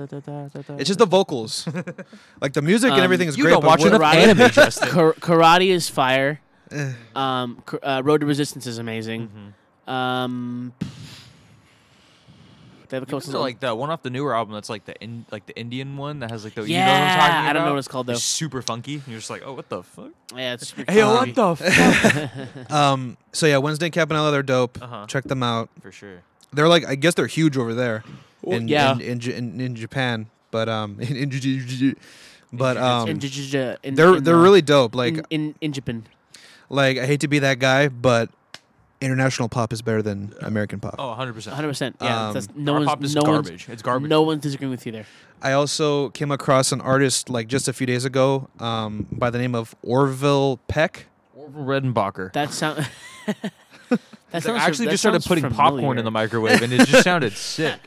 S3: it's just the vocals, like the music
S1: Um,
S3: and everything is
S2: you
S3: great.
S2: don't
S3: but
S2: watch
S3: what-
S2: enough anime, Justin.
S1: Kar- karate is fire.
S3: Eh.
S1: um, Kar- uh, Road to Resistance is amazing.
S2: Mm-hmm.
S1: Um, they have a couple
S2: What's
S1: songs
S2: it, like the one off the newer album that's like the in, like the Indian one that has like the you know what I'm talking
S1: yeah. I don't know
S2: about?
S1: what it's called though.
S2: It's super funky. And you're just like, oh, what the fuck?
S1: Yeah, it's super
S2: Hey,
S1: funky.
S2: what the fuck?
S3: Um. So yeah, Wednesday Campanella, they're dope.
S2: Uh-huh.
S3: Check them out.
S2: For sure.
S3: They're like I guess they're huge over there. In,
S1: yeah.
S3: in, in, J- in, in Japan, but um, in, in, J- J- J- but um,
S1: in, J- J- in-
S3: they're
S1: in,
S3: they're
S1: uh,
S3: really dope. Like
S1: in, in in Japan.
S3: like I hate to be that guy, but international pop is better than American pop.
S2: Oh, 100 percent.
S1: 100. percent Yeah,
S3: Um,
S1: that's, no
S2: Our
S1: one's
S2: pop is
S1: no
S2: garbage.
S1: One's,
S2: It's garbage.
S1: No one's disagreeing with you there.
S3: I also came across an artist like just a few days ago, um, by the name of Orville Peck.
S2: Orville Redenbacher.
S1: That sound. that sounds.
S2: I actually
S1: that
S2: just started
S1: sounds
S2: putting
S1: familiar.
S2: popcorn in the microwave and it just sounded sick.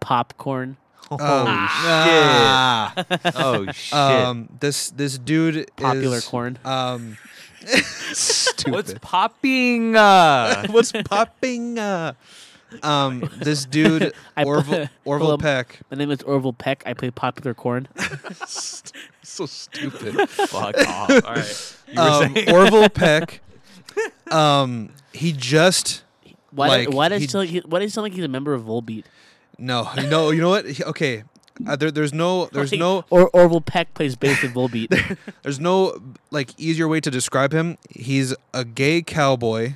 S1: popcorn.
S2: Oh,
S3: Ah.
S2: shit. Oh, shit.
S3: Um, this this dude
S1: Popular
S3: is,
S1: corn.
S3: Um, stupid.
S2: What's popping? Uh,
S3: What's popping? Uh, um, this dude
S1: I-
S3: Orville Orville
S1: Hello.
S3: Peck.
S1: My name is Orville Peck. I play popular corn.
S3: So stupid.
S2: fuck off. All right. You were
S3: um,
S2: saying.
S3: Orville Peck. Um, he just
S1: Why?
S3: Like,
S1: why does
S3: he-
S1: he sound like he, why does he sound like he's a member of Volbeat?
S3: no, no. You know what? He- okay, uh, there, there's no, there's
S1: Like,
S3: no,
S1: Or Orville Peck plays bass in Volbeat.
S3: there's no like easier way to describe him. He's a gay cowboy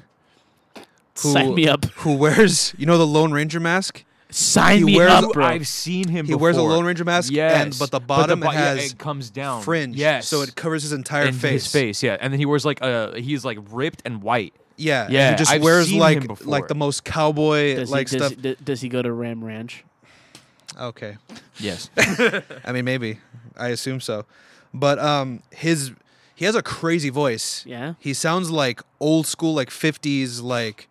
S1: Sign me up.
S3: who wears, you know, the Lone Ranger mask.
S1: Sign
S3: He
S1: me
S3: wears-
S1: up, bro.
S2: I've seen him.
S3: He wears a
S2: before.
S3: Lone Ranger mask, and
S2: Yes,
S3: but the
S2: but
S3: bottom
S2: bo-
S3: it
S2: yeah,
S3: has
S2: it comes down.
S3: fringe,
S2: Yes,
S3: so it covers his entire
S2: and
S3: face.
S2: His face, yeah, and then he wears like a he's like ripped and white.
S3: Yeah, and
S2: Yeah,
S3: he just
S2: I've
S3: wears
S2: seen him
S3: like
S2: before.
S3: like the most cowboy
S1: does,
S3: like
S1: he, does,
S3: stuff.
S1: he- does he go to Ram Ranch?
S3: Okay,
S2: Yes,
S3: I mean maybe I assume so, but um his he has a crazy voice.
S1: Yeah.
S3: he sounds like old school like fifties like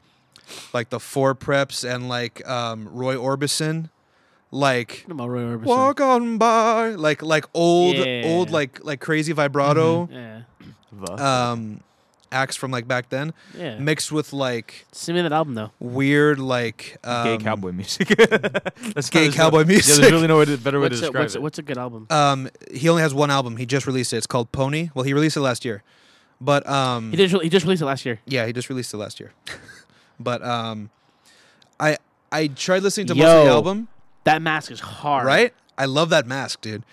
S3: like the four preps and like um Roy Orbison, like
S1: What about Roy Orbison?
S3: walk on by like like old
S1: Yeah.
S3: old like like crazy vibrato
S1: Yeah.
S3: um acts from like back then
S1: Yeah.
S3: mixed with like
S1: Send me that album though.
S3: weird like um,
S2: gay cowboy music. That's
S3: gay
S2: there's no-
S3: cowboy
S2: Yeah,
S3: music.
S2: there's really no way to, better way
S1: What's
S2: to
S1: a,
S2: describe
S1: what's, a,
S2: it.
S1: what's a good album?
S3: Um, he only has one album. He just released it. It's called Pony. Well, he released it last year, but um,
S1: He did. He just released it last year.
S3: yeah, he just released it last year. but um, I I tried listening to
S1: Yo.
S3: most of the album.
S1: That mask is hard.
S3: Right? I love that mask, dude.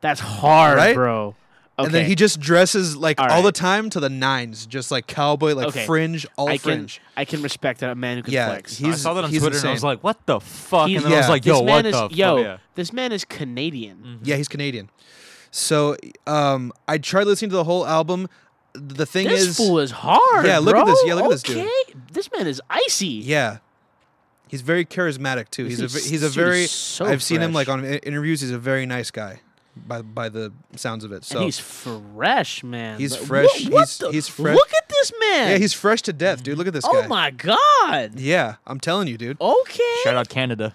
S1: That's hard,
S3: Right?
S1: bro. Okay.
S3: And then he just dresses like all,
S1: All
S3: the
S1: right.
S3: time to the nines, just like cowboy, like
S1: Okay.
S3: fringe, all
S1: I can
S3: fringe.
S1: I can respect a man who can
S3: Yeah,
S1: flex.
S2: I
S3: he's-
S2: saw that on
S3: he's
S2: Twitter and
S3: insane.
S2: I was like, "What the fuck?"
S1: He's-
S2: and then I was
S3: Yeah.
S2: like,
S1: this
S2: "Yo,
S1: man
S2: what
S1: is
S2: the fuck?"
S1: yo.
S2: Yeah. Mm-hmm.
S1: This man is Canadian.
S3: Yeah, he's Canadian. So um, I tried listening to the whole album. The thing
S1: This
S3: is,
S1: fool is hard.
S3: Yeah, look
S1: bro.
S3: at this. Yeah, look at this dude.
S1: okay? This man is icy.
S3: Yeah. He's very charismatic too. He's a
S1: dude's-
S3: ve- he's a
S1: this dude is
S3: very
S1: so
S3: I've seen him
S1: fresh.
S3: like on i- interviews. He's a very nice guy, by by the sounds of it. So
S1: and he's fresh, man.
S3: He's
S1: Like,
S3: fresh.
S1: What, what
S3: He's-
S1: the-
S3: he's fresh.
S1: Look at this man.
S3: yeah, he's fresh to death, dude. Look at this
S1: Oh
S3: guy.
S1: my god.
S3: Yeah, I'm telling you, dude.
S1: Okay.
S2: Shout out Canada.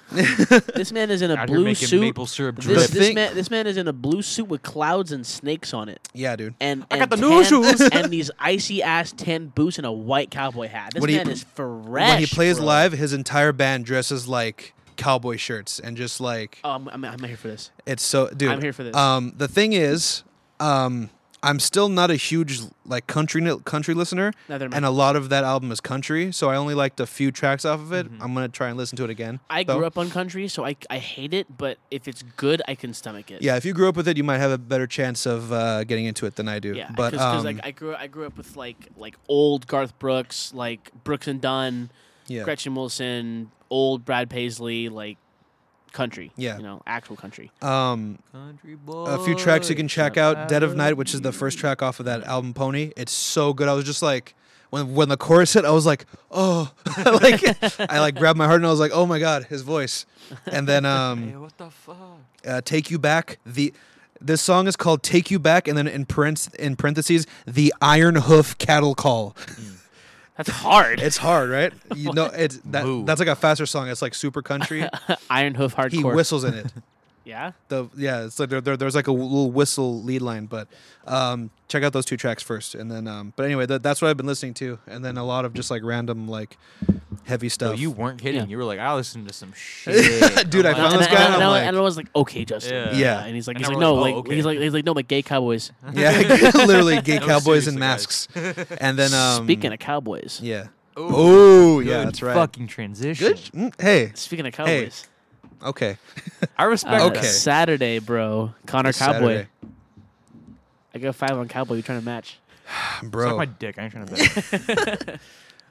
S1: This man is in a
S2: Out here
S1: blue
S2: making
S1: suit.
S2: maple syrup drip.
S1: This,
S3: The
S1: this
S3: thing-
S1: man, this man is in a blue suit with clouds and snakes on it,
S3: Yeah, dude.
S1: and
S2: I got
S1: and
S2: the
S1: tan-
S2: new shoes.
S1: and these icy ass tan boots and a white cowboy hat. This
S3: When he-
S1: man is fresh.
S3: When he plays
S1: bro.
S3: live, his entire band dresses like cowboy shirts and just like
S1: oh, I'm, I'm, I'm here for this.
S3: it's so dude.
S1: I'm here for this.
S3: Um, the thing is, um, I'm still not a huge like country ni- country listener,
S1: Neither am I.
S3: and a lot of that album is country. So I only liked a few tracks off of it. I'm gonna try and listen to it again.
S1: Mm-hmm. I
S3: though.
S1: grew up on country, so I, I hate it. But if it's good, I can stomach it.
S3: Yeah, if you grew up with it, you might have a better chance of uh, getting into it than I do.
S1: yeah.
S3: but
S1: because
S3: um,
S1: like I grew I grew up with like like old Garth Brooks, like Brooks and Dunn,
S3: yeah,
S1: Gretchen Wilson, old Brad Paisley, like country.
S3: Yeah.
S1: you know, actual country.
S3: um, a few tracks
S2: Oh,
S3: you can check out. Dead of Night, which is the first track off of that album, Pony. It's so good. I was just like, when when the chorus hit, I was like, oh, like I like grabbed my heart and I was like, oh my god, his voice. And then um,
S2: what the fuck?
S3: uh, Take You Back. The this song is called Take You Back, and then in parents in parentheses, the Iron Hoof Cattle Call.
S1: That's hard.
S3: It's hard, right? You know, it's that
S2: Moo.
S3: that's like a faster song. It's like super country.
S1: Iron Hoof Hardcore.
S3: he whistles in it.
S1: Yeah.
S3: The yeah, it's like there, there, there's like a little whistle lead line, but um, check out those two tracks first, and then um, but anyway, that, that's what I've been listening to, and then a lot of just like random like heavy
S2: So
S3: stuff.
S2: you weren't kidding.
S1: Yeah.
S2: You were like, "I listened to some shit,
S3: Dude, I
S2: I'm
S1: And,
S2: like,
S3: found
S1: and,
S3: this
S1: and,
S3: guy,
S1: and,
S3: I'm
S1: I-
S3: like-
S1: and I was like, okay, Justin.
S2: Yeah.
S3: Yeah.
S1: And he's like,
S2: And
S1: he's
S2: now
S1: like,
S2: we're
S1: no,
S2: like,
S1: like,
S2: oh, okay.
S1: he's like, he's like, no, but gay cowboys.
S3: yeah, literally gay
S2: No,
S3: cowboys in
S2: seriously,
S3: masks, and then um,
S1: Speaking of cowboys.
S3: yeah,
S2: Ooh,
S3: oh yeah,
S2: good
S3: that's right.
S2: Fucking transition.
S3: Good. Mm, hey,
S1: Speaking of cowboys.
S3: okay.
S2: I respect.
S1: uh,
S2: that.
S3: Okay.
S1: Saturday, bro. Connor
S3: It's
S1: Cowboy.
S3: Saturday.
S1: I go five on Cowboy. You're trying to match
S2: Suck
S3: bro,
S2: my dick. I ain't trying to bet.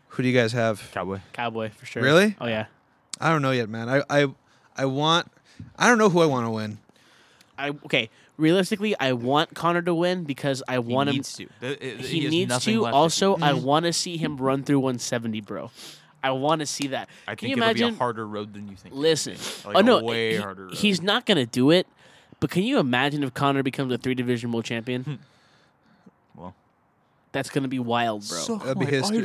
S3: who do you guys have?
S2: Cowboy.
S1: Cowboy for sure.
S3: Really?
S1: Oh yeah.
S3: I don't know yet, man. I I I want. I don't know who I want to win.
S1: I okay. Realistically, I want Connor to win because I
S2: He
S1: want him.
S2: needs to. Th- th-
S1: he,
S2: has
S1: needs
S2: nothing
S1: to.
S2: left
S1: Also, I want to see him run through 170, bro. I want to see that.
S2: I
S1: can you
S2: think it'll
S1: imagine?
S2: be a harder road than you think.
S1: Listen,
S2: Like
S1: oh
S2: a
S1: no,
S2: way
S1: he-
S2: harder road.
S1: he's not gonna do it. But can you imagine if Connor becomes a three division world
S2: Hmm.
S1: champion?
S2: Well.
S1: that's gonna be wild, bro.
S3: That'd be history.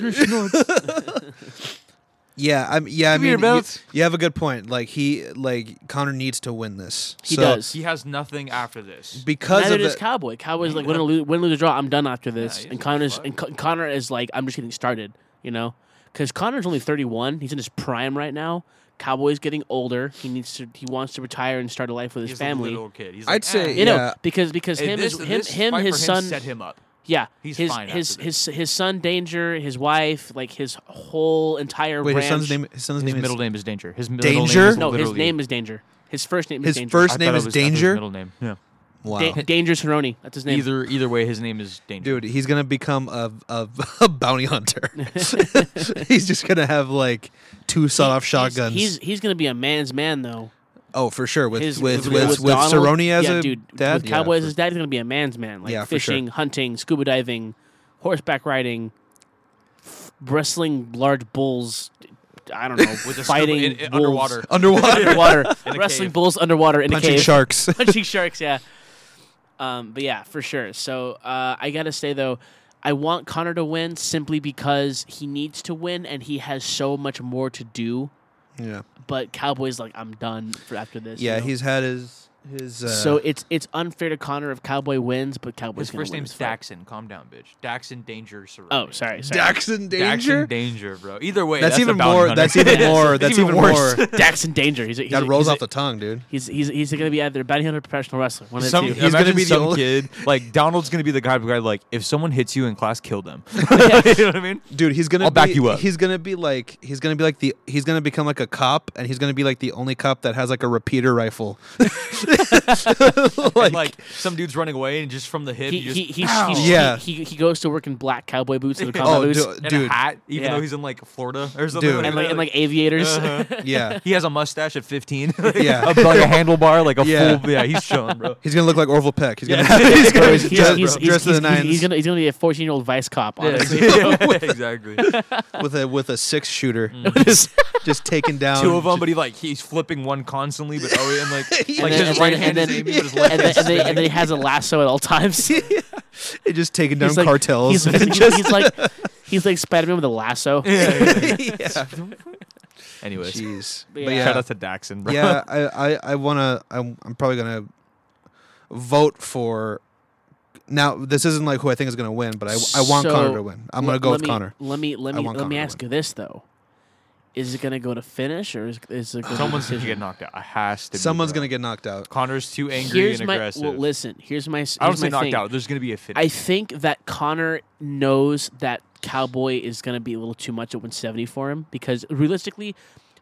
S3: Yeah, I'm. Yeah, I
S2: Give me your
S3: mean, you,
S2: belts.
S3: you have a good point. Like he, like Connor needs to win this.
S1: he
S3: So,
S1: does.
S2: He has nothing after this.
S3: because
S1: Neither
S3: of
S1: does
S3: the,
S1: Cowboy. Cowboy's like
S2: Yeah.
S1: win or lose, win, lose, or draw. I'm done after
S2: he
S1: this. and
S2: doesn't
S1: Connor's
S2: give a
S1: and Con- Connor is like, I'm just getting started. You know, because Connor's only 31. He's in his prime right now. Cowboy's getting older. He needs to. He wants to retire and start a life with his
S2: He's
S1: family.
S2: A little kid. He's
S3: I'd
S2: like,
S3: say-
S2: "Eh,
S1: You
S3: Yeah.
S1: know, because because
S2: Hey,
S1: him
S2: this,
S1: is him
S2: this
S1: him
S2: fight for
S1: his son
S2: set him up.
S1: yeah
S2: He's
S1: his
S2: fine after
S1: his his
S2: this.
S1: his son Danger his wife like his whole entire
S3: wait,
S1: ranch.
S3: his son's name. His son's
S2: His
S3: name
S2: middle
S3: is
S2: name is Danger. His middle
S3: Danger?
S2: Name is
S1: no his
S2: literally-
S1: name is Danger his first name
S3: his
S1: is Danger
S2: I
S3: first
S2: thought
S3: name
S2: it
S3: is
S2: was- I thought it was
S3: Danger.
S2: Middle name. Yeah.
S3: Wow.
S1: Da- Dangerous Hironi. That's his name.
S2: Either either way, his name is Danger.
S3: Dude, he's gonna become a, a, a bounty hunter. he's just gonna have like two sawed-off shotguns.
S1: He's he's, he's going to be a man's man though.
S3: oh, for sure. With
S1: His-
S3: with with with,
S1: Donald-
S3: Cerrone as
S1: yeah,
S3: a
S1: dude,
S3: dad.
S1: With
S3: Yeah,
S1: Cowboys
S3: for-
S1: as dad, he's going to be a man's man. Like
S3: Yeah, for sure.
S1: fishing, hunting, scuba diving, horseback riding, f- wrestling large bulls. I don't know.
S2: With a scuba-
S1: fighting
S2: in- in-
S1: wolves.
S2: underwater.
S3: underwater
S1: underwater,
S2: In a
S1: wrestling
S2: cave.
S1: bulls underwater in a
S3: punching
S1: cave.
S3: sharks.
S1: punching sharks. Yeah. Um, but yeah, for sure. So uh, I gotta say though, I want Connor to win simply because he needs to win and he has so much more to do.
S3: yeah,
S1: But Cowboys like I'm done for after this. you
S3: yeah.
S1: know?
S3: He's had his his. Uh,
S1: so it's it's unfair to Connor if Cowboy wins, but Cowboy's
S2: His
S1: gonna
S2: first
S1: win
S2: name's
S1: this fight.
S2: Daxon. Calm down, bitch. Daxon Danger Cerrone.
S1: Oh, sorry, sorry.
S3: Daxon danger.
S2: Daxon Danger, bro. Either way,
S3: that's,
S2: a
S3: even
S2: bounty
S3: more.
S2: hunter.
S3: That's even more.
S2: It's
S3: That's
S2: even
S3: even
S2: worse.
S3: more.
S1: Dax and Danger. He's a, he's
S3: That
S1: a- he's
S3: rolls off
S1: a,
S3: the tongue, dude.
S1: He's he's he's gonna be either a bounty hunter, or professional wrestler. One of
S2: Some,
S1: the
S3: he's
S1: two.
S2: he's gonna be
S3: the
S2: some
S3: only-
S2: kid. Like Donald's gonna be the guy, the guy like if someone hits you in class, kill them. you know what I mean?
S3: Dude, he's gonna.
S2: I'll
S3: be,
S2: back you up.
S3: He's gonna be like. He's gonna be like the. He's gonna become like a cop, and he's gonna be like the only cop that has like a repeater rifle.
S2: Like, some dude's running away and just from the hip,
S1: He,
S2: you
S1: he,
S2: just,
S1: he, he,
S2: pow,
S1: he,
S3: Yeah.
S1: he, he goes to work in black cowboy boots and the combat
S3: oh,
S1: boots
S3: du-
S2: and a
S3: dude.
S2: hat, even
S1: Yeah.
S2: though he's in like Florida or something.
S3: Dude.
S1: and like and like aviators.
S3: Yeah,
S2: he has a mustache at 15.
S3: Yeah.
S2: a, like a handlebar, like a
S3: Yeah.
S2: full. Yeah, he's chilling, bro.
S3: he's gonna look like Orville Peck. He's gonna.
S1: he's,
S3: he's gonna
S1: he's,
S3: be
S1: he's,
S3: dressed-
S1: he's,
S3: dressed to
S1: he's-
S3: the nines
S1: he's gonna he's gonna be a fourteen year old vice cop. Honestly,
S2: Yeah, exactly.
S3: with a with a six shooter,
S1: Just-
S3: just taking down
S2: Two of them, but he like he's flipping one constantly, but oh, and like, like
S1: then- then-
S2: his right hand
S1: and
S2: is
S1: then-
S2: aiming, but his
S1: and
S2: left
S1: then, and then- and then he has a lasso at all times. He's
S3: and just taking down
S1: like- He's,
S3: cartels.
S1: he's- he's like he's like Spider Man with a lasso.
S3: yeah.
S2: Anyways,
S3: Jeez.
S1: But
S3: But
S1: yeah.
S3: yeah,
S2: shout out to Daxon, bro.
S3: yeah, I, I, I wanna, I'm, I'm probably gonna vote for. Now, this isn't like who I think is gonna win, but I, I want
S1: So,
S3: Connor to win. I'm gonna
S1: Let-
S3: go
S1: let
S3: with
S1: me-
S3: Connor.
S1: Let me let
S3: I
S1: me
S3: want
S1: let me
S3: Connor to
S1: ask you this though: Is it gonna go to finish or is, is it gonna
S2: Someone's gonna
S1: decision?
S2: get knocked out. It has to.
S3: Someone's
S2: be, bro.
S3: gonna get knocked out.
S2: Connor's too angry
S1: Here's
S2: and
S1: my
S2: aggressive.
S1: well. Listen, here's my. Here's
S2: I don't say
S1: my
S2: knocked
S1: thing.
S2: out. There's gonna be a finish.
S1: I think that Connor knows that Cowboy is going to be a little too much at 170 for him because realistically,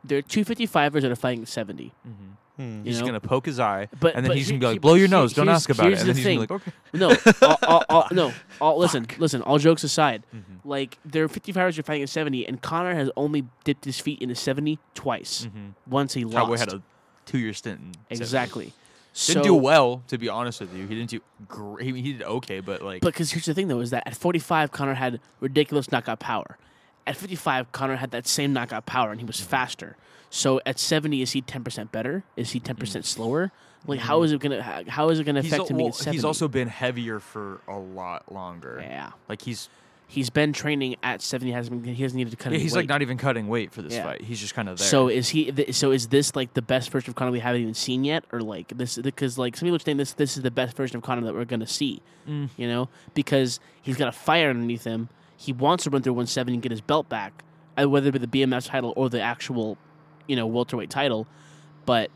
S1: there are 255ers that are fighting at 70.
S3: Mm-hmm.
S1: You
S2: he's
S1: know?
S2: gonna poke his eye,
S1: But-
S2: and then
S1: but
S2: he's
S1: here-
S2: gonna be
S1: here-
S2: like, "Blow your nose. Don't
S1: here's-
S2: ask about
S1: here's
S2: it." And then
S1: the
S2: he's gonna be
S1: thing.
S2: like, "Okay."
S1: No, all, all, all, no, all, listen, listen. All jokes aside,
S2: Mm-hmm.
S1: like there are 55ers you're fighting at 70, and Connor has only dipped his feet into 70 twice. Once he lost,
S2: Mm-hmm. Cowboy had a two-year stint. in seventies.
S1: exactly. So,
S2: Didn't do well, to be honest with you. He didn't do great. He, he did okay, but like,
S1: But because here's the thing, though, is that at 45, Connor had ridiculous knockout power. At 55, Connor had that same knockout power, and he was faster. So at 70, is he 10% better? Is he 10% slower? Like, how is it gonna how, how is it gonna
S2: Mm. he's,
S1: affect
S2: al-
S1: him? being
S2: well,
S1: at 70?
S2: he's also been heavier for a lot longer.
S1: yeah.
S2: Like he's
S1: He's been training at 70. Hasn't been, he hasn't needed to cut.
S2: yeah,
S1: any
S2: he's
S1: weight.
S2: like not even cutting weight for this
S1: Yeah.
S2: fight. He's just kind of there.
S1: So is he? Th- so is this like the best version of Connor we haven't even seen yet, or like this? Because like some people are saying this, this is the best version of Connor that we're gonna see.
S2: Mm.
S1: You know, because he's got a fire underneath him. He wants to run through 170 and get his belt back, uh, whether it be the BMS title or the actual, you know, welterweight title. But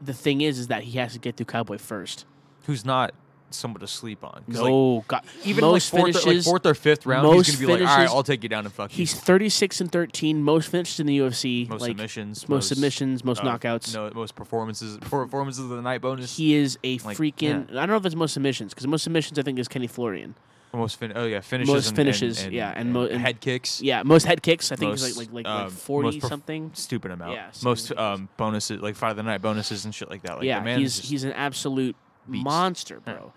S1: the thing is, is that he has to get through Cowboy first.
S2: who's not someone to sleep on? 'Cause, like,
S1: No, God,
S2: even
S1: most
S2: like fourth, or, like
S1: finishes.
S2: fourth or fifth round,
S1: most
S2: he's gonna be like, "All right,
S1: finishes-
S2: I'll take you down and fuck you."
S1: he's 36 and 13, most finishes in the UFC.
S2: Most
S1: like,
S2: submissions,
S1: most, submissions, most
S2: uh,
S1: knockouts.
S2: No, most performances, performances of the night bonus.
S1: he is a
S2: Like,
S1: freaking. I don't know if it's most submissions because most submissions I think is Kenny Florian.
S2: most fin- oh yeah, finishes.
S1: most
S2: and-
S1: finishes,
S2: and, and,
S1: yeah, and mo- and-
S2: head kicks.
S1: Yeah, most head kicks I think
S2: Most,
S1: is like like like,
S2: um,
S1: like
S2: most
S1: forty
S2: perf-
S1: something.
S2: Stupid amount.
S1: Yeah, something
S2: most
S1: ridiculous.
S2: um, bonuses, like fight of the night bonuses and shit like that. Like the
S1: yeah,
S2: man
S1: he's
S2: is just-
S1: he's an absolute
S2: beast.
S1: monster,
S2: Yeah.
S1: bro.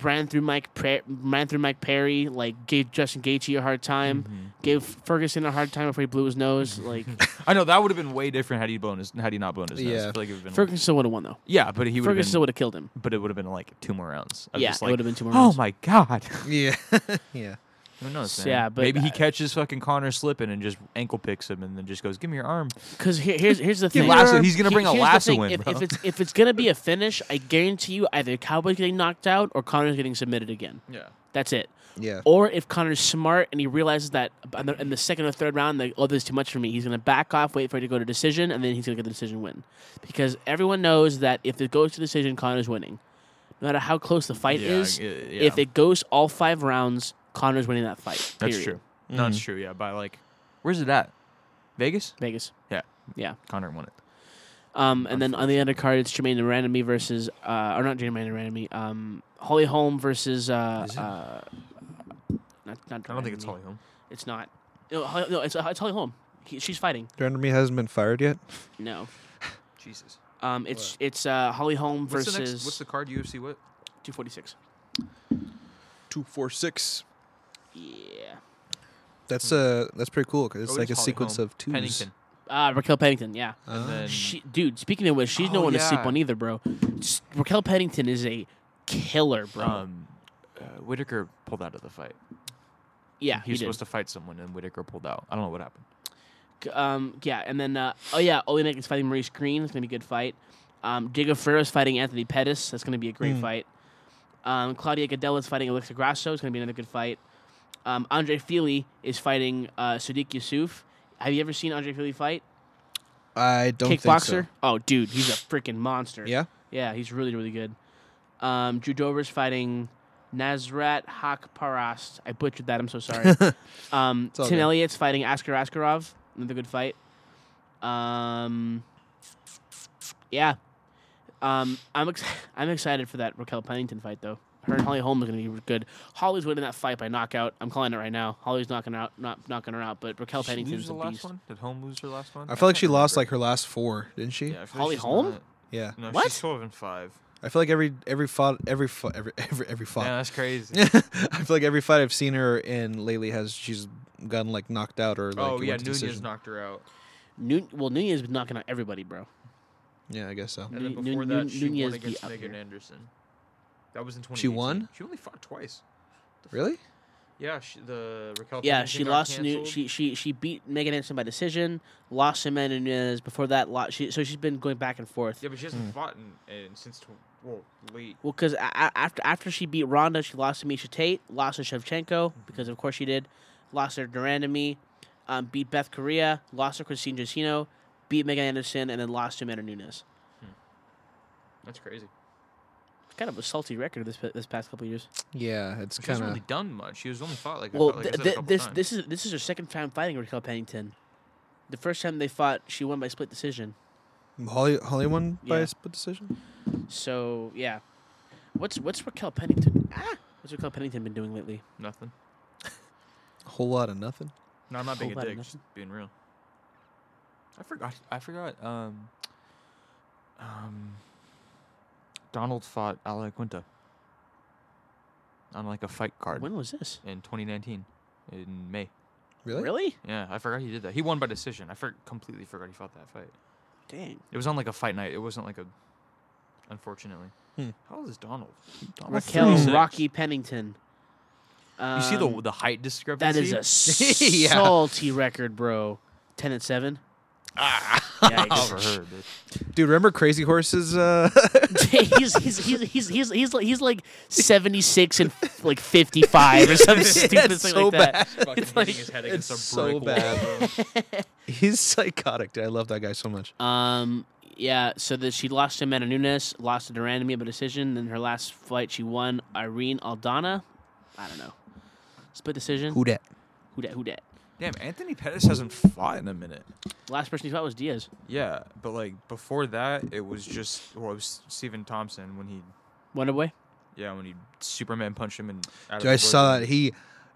S1: Ran through Mike, Pre- ran through Mike Perry. Like gave Justin Gaethje a hard time,
S2: Mm-hmm.
S1: gave Ferguson a hard time before he blew his nose. Like
S2: I know that would have been way different had he bonus, had he not bonus. Yeah,
S3: Yeah.
S2: I feel like it would've been-
S1: Ferguson still would have won though.
S2: yeah, but he would
S1: Ferguson
S2: have
S1: still
S2: been.
S1: would have killed him.
S2: But it would have been like two more rounds. of
S1: Yeah,
S2: just
S1: it
S2: like,
S1: would've been two more
S2: oh
S1: rounds."
S2: my god.
S3: Yeah, yeah.
S2: Who knows?
S1: So,
S2: Man?
S1: yeah, but
S2: maybe he
S1: I-
S2: catches fucking Connor slipping and just ankle picks him and then just goes, "Give me your arm."
S1: Because here's here's the thing.
S2: lasso- he's gonna
S1: Here-
S2: bring a
S1: here's the
S2: lasso
S1: thing,
S2: in,
S1: If,
S2: bro.
S1: if it's if it's gonna be a finish, I guarantee you either Cowboy's getting knocked out or Connor's getting submitted again.
S2: Yeah.
S1: That's it.
S3: Yeah.
S1: Or if Connor's smart and he realizes that in the, in the second or third round, like, oh, this is too much for me, he's going to back off, wait for it to go to decision, and then he's going to get the decision win. Because everyone knows that if it goes to decision, Connor's winning. No matter how close the fight
S2: Yeah,
S1: is,
S2: uh, yeah.
S1: if it goes all five rounds, Connor's winning that fight.
S2: That's
S1: period.
S2: true. Mm. No, that's true. Yeah, by like, where's it at? Vegas.
S1: Vegas.
S2: Yeah,
S1: Yeah.
S2: Connor won it.
S1: Um, and then on the undercard, it's Jermaine Randomie versus, uh, or not Jermaine Randomie, um, Holly Holm versus. Uh,
S2: Is it?
S1: uh, not, not
S2: I don't think it's
S1: Randomir.
S2: Holly Holm.
S1: It's not. No, Holly- no it's, it's Holly Holm. He, she's fighting.
S3: Jeremy hasn't been fired yet.
S1: No.
S2: Jesus.
S1: Um, it's it's uh, Holly Holm
S2: What's
S1: versus
S2: the next? What's the card? UFC what?
S1: 246.
S3: Two four six.
S1: Yeah.
S3: That's uh that's pretty cool because it's
S2: Oh, it
S3: like a
S2: is Holly
S3: sequence
S2: Holm.
S3: of twos. Uh,
S2: Pennington.
S1: Uh, Raquel Pennington, yeah.
S2: And then
S1: She, dude, speaking of which, she's no
S2: Oh,
S1: one to sleep
S2: yeah.
S1: on either, bro. Just, Raquel Pennington is a killer,
S3: Oh.
S1: bro.
S2: um, uh, Whitaker pulled out of the fight.
S1: yeah,
S2: Ah, he was
S1: did.
S2: supposed to fight someone, and Whitaker pulled out. I don't know what happened.
S1: G- Um, yeah, and then uh, oh yeah, Olenek is fighting Maurice Green. It's gonna be a good fight. Um, Diego Ferro is fighting Anthony Pettis. That's gonna be a
S2: Hmm.
S1: great fight. Um, Claudia Gadella is fighting Alexa Grasso. It's gonna be another good fight. Um, Andre Feely is fighting uh, Sadiq Yusuf. Have you ever seen Andre Feely fight?
S3: I don't
S1: Kickboxer.
S3: think
S1: Oh, dude, he's a freaking monster.
S3: so. Yeah.
S1: yeah, he's really really good. Um, Drew Dover's fighting Nazrat Hakparast. I butchered that. I'm so sorry. Um,
S3: all
S1: Tim
S3: good.
S1: Elliott's fighting Askar Askarov. Another good fight. Um, yeah. Um, I'm ex- I'm excited for that Raquel Pennington fight though. Her and Holly Holm is going to be good. Holly's winning that fight by knockout. I'm calling it right now. Holly's knocking her out, not knocking her out, but Raquel
S2: Did she lose
S1: Pennington's a
S2: the last
S1: beast.
S2: one? Did Holm lose her last one?
S3: I feel like she
S2: can't
S3: lost like
S2: remember.
S3: her last four, didn't she?
S2: Yeah, I feel
S1: Holly
S2: like she's
S1: Holm?
S2: not-
S3: Yeah.
S2: No,
S1: What?
S2: she's twelve and five.
S3: I feel like every every fought every fought every every every fought.
S2: Yeah, that's crazy.
S3: I feel like every fight I've seen her in lately has she's gotten like knocked out or like
S2: oh
S3: it
S2: yeah,
S3: went to
S2: Nunez
S3: decision.
S2: knocked her out.
S1: Nu- well, Nunez was knocking out everybody, bro.
S3: Yeah, I guess so.
S2: And then
S1: Nu-
S2: before
S1: Nu-
S2: that, she
S1: Nunez
S2: won
S1: be
S2: against
S1: up
S2: Megan
S1: here.
S2: Anderson. That was in 2018.
S3: She won?
S2: She only fought twice.
S3: Really?
S2: Yeah, she, the Raquel.
S1: Yeah,
S2: Pennington
S1: she
S2: got
S1: lost. Nu-
S2: canceled.
S1: she she she beat Megan Anderson by decision. Lost to Amanda Nunez before that. Lost, she, so she's been going back and forth.
S2: Yeah, but she hasn't fought in, in since tw- well late.
S1: Well, because after after she beat Ronda, she lost to Misha Tate, lost to
S2: Mm-hmm.
S1: Shevchenko because of course she did, lost to Duran to me, um, beat Beth Correa, lost to Christine Jacino, beat Megan Anderson, and then lost to Amanda Nunes.
S2: That's crazy.
S1: Kind of a salty record this pa- this past couple years.
S3: Yeah, it's
S2: She
S3: kind
S2: hasn't
S3: of.
S2: really done much. She was only fought like,
S1: Well,
S2: about, like
S1: th-
S2: I said, a
S1: th-
S2: couple
S1: this
S2: times.
S1: this is this is her second time fighting Raquel Pennington. The first time they fought, she won by split decision.
S3: Holly Holly won by
S1: Yeah.
S3: a split decision.
S1: So yeah, what's what's Raquel Pennington? Ah, what's Raquel Pennington been doing lately?
S2: nothing.
S3: A whole lot of nothing.
S2: No, I'm not being
S1: Whole
S2: a
S1: lot of
S2: dick. Just being real. I forgot. I forgot. Um, um, Donald fought Ali Quinta on like a fight card
S1: When was this?
S2: in 2019 in May.
S3: Really?
S1: Really?
S2: Yeah, I forgot he did that. He won by decision. I for- completely forgot he fought that fight.
S1: Dang.
S2: It was on like a fight night. It wasn't like a. Unfortunately.
S3: Hmm.
S2: How old is Donald? Donald's
S1: Raquel
S2: 36.
S1: Rocky Pennington.
S2: You see
S1: Um,
S2: the the height
S1: That
S2: discrepancy.
S1: is a
S3: Yeah.
S1: salty record, bro. Ten and seven.
S2: Over
S1: Yikes.
S2: Oh, her,
S3: Dude, remember Crazy Horses? Uh,
S1: he's, he's, he's, he's, he's, he's, like, he's like 76 and like 55 or something stupid
S3: it's
S1: thing
S3: so
S1: like that.
S3: bad.
S2: Fucking hitting his head
S3: It's
S2: against a
S3: so
S2: brick wall.
S3: bad. He's psychotic, dude. I love that guy so much.
S1: Um, yeah, so that she lost to Amanda Nunes, lost to Duran by decision. Then her last fight, she won Irene Aldana. I don't know. Split decision.
S3: Who dat?
S1: Who dat? Who dat?
S2: Damn, Anthony Pettis hasn't fought in a minute.
S1: Last person he fought was Diaz.
S2: Yeah, but like before that, it was just well, it was Stephen Thompson when he
S1: Wonderboy.
S2: yeah when he Superman punched him and
S3: Dude, I saw that he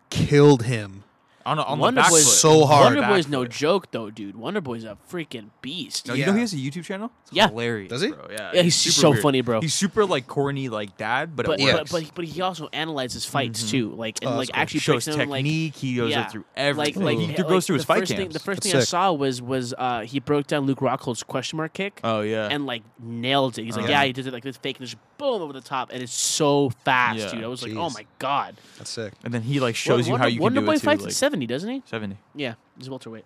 S3: killed him.
S2: on, a- on the
S1: Wonder
S2: back
S1: Boy's
S2: foot.
S3: so hard.
S1: Wonderboy's no
S2: Backflip.
S1: joke though, dude. Wonderboy's a freaking beast.
S2: No, you
S3: Yeah.
S2: know he has a YouTube channel. It's
S1: Yeah.
S2: hilarious.
S3: Does he?
S2: Bro. Yeah,
S1: Yeah, he's
S2: super
S1: so
S2: weird.
S1: funny, bro.
S2: He's super like corny like dad, but,
S1: but,
S2: it
S1: but,
S2: works.
S1: but but he also analyzes fights
S2: Mm-hmm.
S1: too, like and
S3: Oh, that's
S1: like
S3: cool.
S1: actually
S2: shows
S1: breaks down like
S2: technique. he goes
S1: yeah,
S2: like, through
S1: like
S2: everything.
S1: like
S2: he
S1: like,
S2: goes through his
S1: the
S2: fight
S1: first
S2: camps.
S1: thing, the first
S3: That's
S1: thing I
S3: sick.
S1: saw was was uh, he broke down Luke Rockhold's question mark kick
S2: oh yeah,
S1: and like nailed it. He's like,
S2: Oh.
S1: yeah, he did it like this fake and just boom over the top, and it's so fast,
S2: Yeah.
S1: dude. I was like, oh
S3: Jeez.
S1: my god.
S3: That's sick.
S2: and then he like shows you
S1: Wonder,
S2: how you can
S1: Wonder
S2: do
S1: Boy
S2: it too,
S1: fights
S2: like,
S1: at seventy, doesn't he?
S2: seventy.
S1: Yeah, he's welterweight.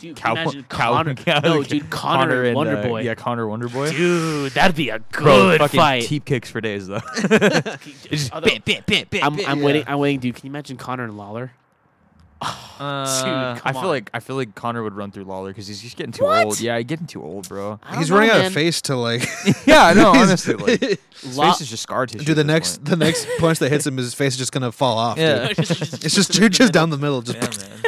S1: Dude,
S2: Cow-
S1: can you imagine
S2: cow-
S1: Connor.
S2: cow-
S1: no, dude, Connor, and Wonder
S2: uh,
S1: Boy.
S2: yeah, Connor Wonder Boy.
S1: Dude, that'd be a
S2: Bro,
S1: good
S2: fucking
S1: fight.
S2: teep kicks for days though. It's just
S1: Although-
S2: bit, bit, bit, bit,
S1: I'm,
S2: bit.
S1: I'm waiting. I'm waiting, dude. Can you imagine Connor and Lawler?
S2: Uh,
S1: Dude,
S2: I
S1: come
S2: feel
S1: on.
S2: like I feel like Connor would run through Lawler because he's just getting too
S1: What?
S2: old. Yeah, he's getting too old, bro.
S1: I
S3: He's
S1: don't know,
S3: running out
S1: man.
S3: of face to like
S2: yeah, I know. Honestly, like his
S1: Law-
S2: face is just scar tissue.
S3: do
S2: at
S3: the
S2: this
S3: next
S2: point.
S3: the next punch that hits him. His face is just gonna fall off.
S2: Yeah.
S3: dude. it's just just down the middle. Just
S2: Yeah, man.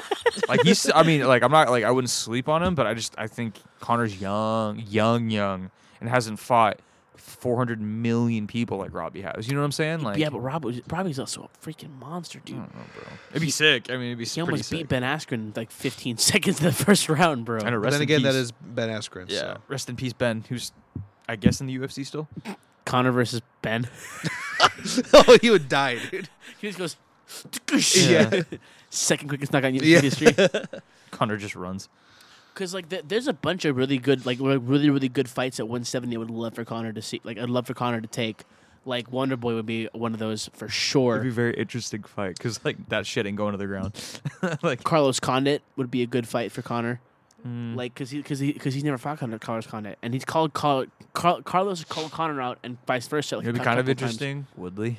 S2: Like he's, I mean, like I'm not like I wouldn't sleep on him, but I just I think Connor's young, young, young, and hasn't fought 400 million people like Robbie has. You know what I'm saying? Like,
S1: yeah, but Rob, was- Robbie's also a freaking monster, dude.
S2: I don't know, bro. It'd be sick. I mean, it'd be
S1: He
S2: Hmm. pretty
S1: almost
S2: sick.
S1: beat Ben Askren in like 15 seconds in the first round, bro.
S2: I know,
S3: But
S2: rest
S3: then
S2: in
S3: again, that
S2: peace.
S3: is Ben Askren.
S2: yeah.
S3: so.
S2: Rest in peace, Ben. Who's I guess in the UFC still.
S1: Connor versus Ben.
S3: oh, he would die, dude.
S1: he just goes.
S3: Yeah.
S1: Second quickest knockout in
S3: Yeah.
S1: history.
S2: Connor just runs.
S1: Because like th- there's a bunch of really good like re- really really good fights at 170. I would love for Connor to see. Like I'd love for Connor to take. Like Wonder Boy would be one of those for sure.
S2: It'd be a very interesting fight because like that shit ain't going to the ground. like
S1: Carlos Condit would be a good fight for Connor.
S2: Mm.
S1: Like, cause he, cause he, cause he's never fought Connor, Carlos Condit, and he's called Carl, Carl, Carlos called Connor out, and vice versa. Like,
S2: it'd
S1: a
S2: be
S1: cou-
S2: kind of
S1: couple times.
S2: interesting. Woodley.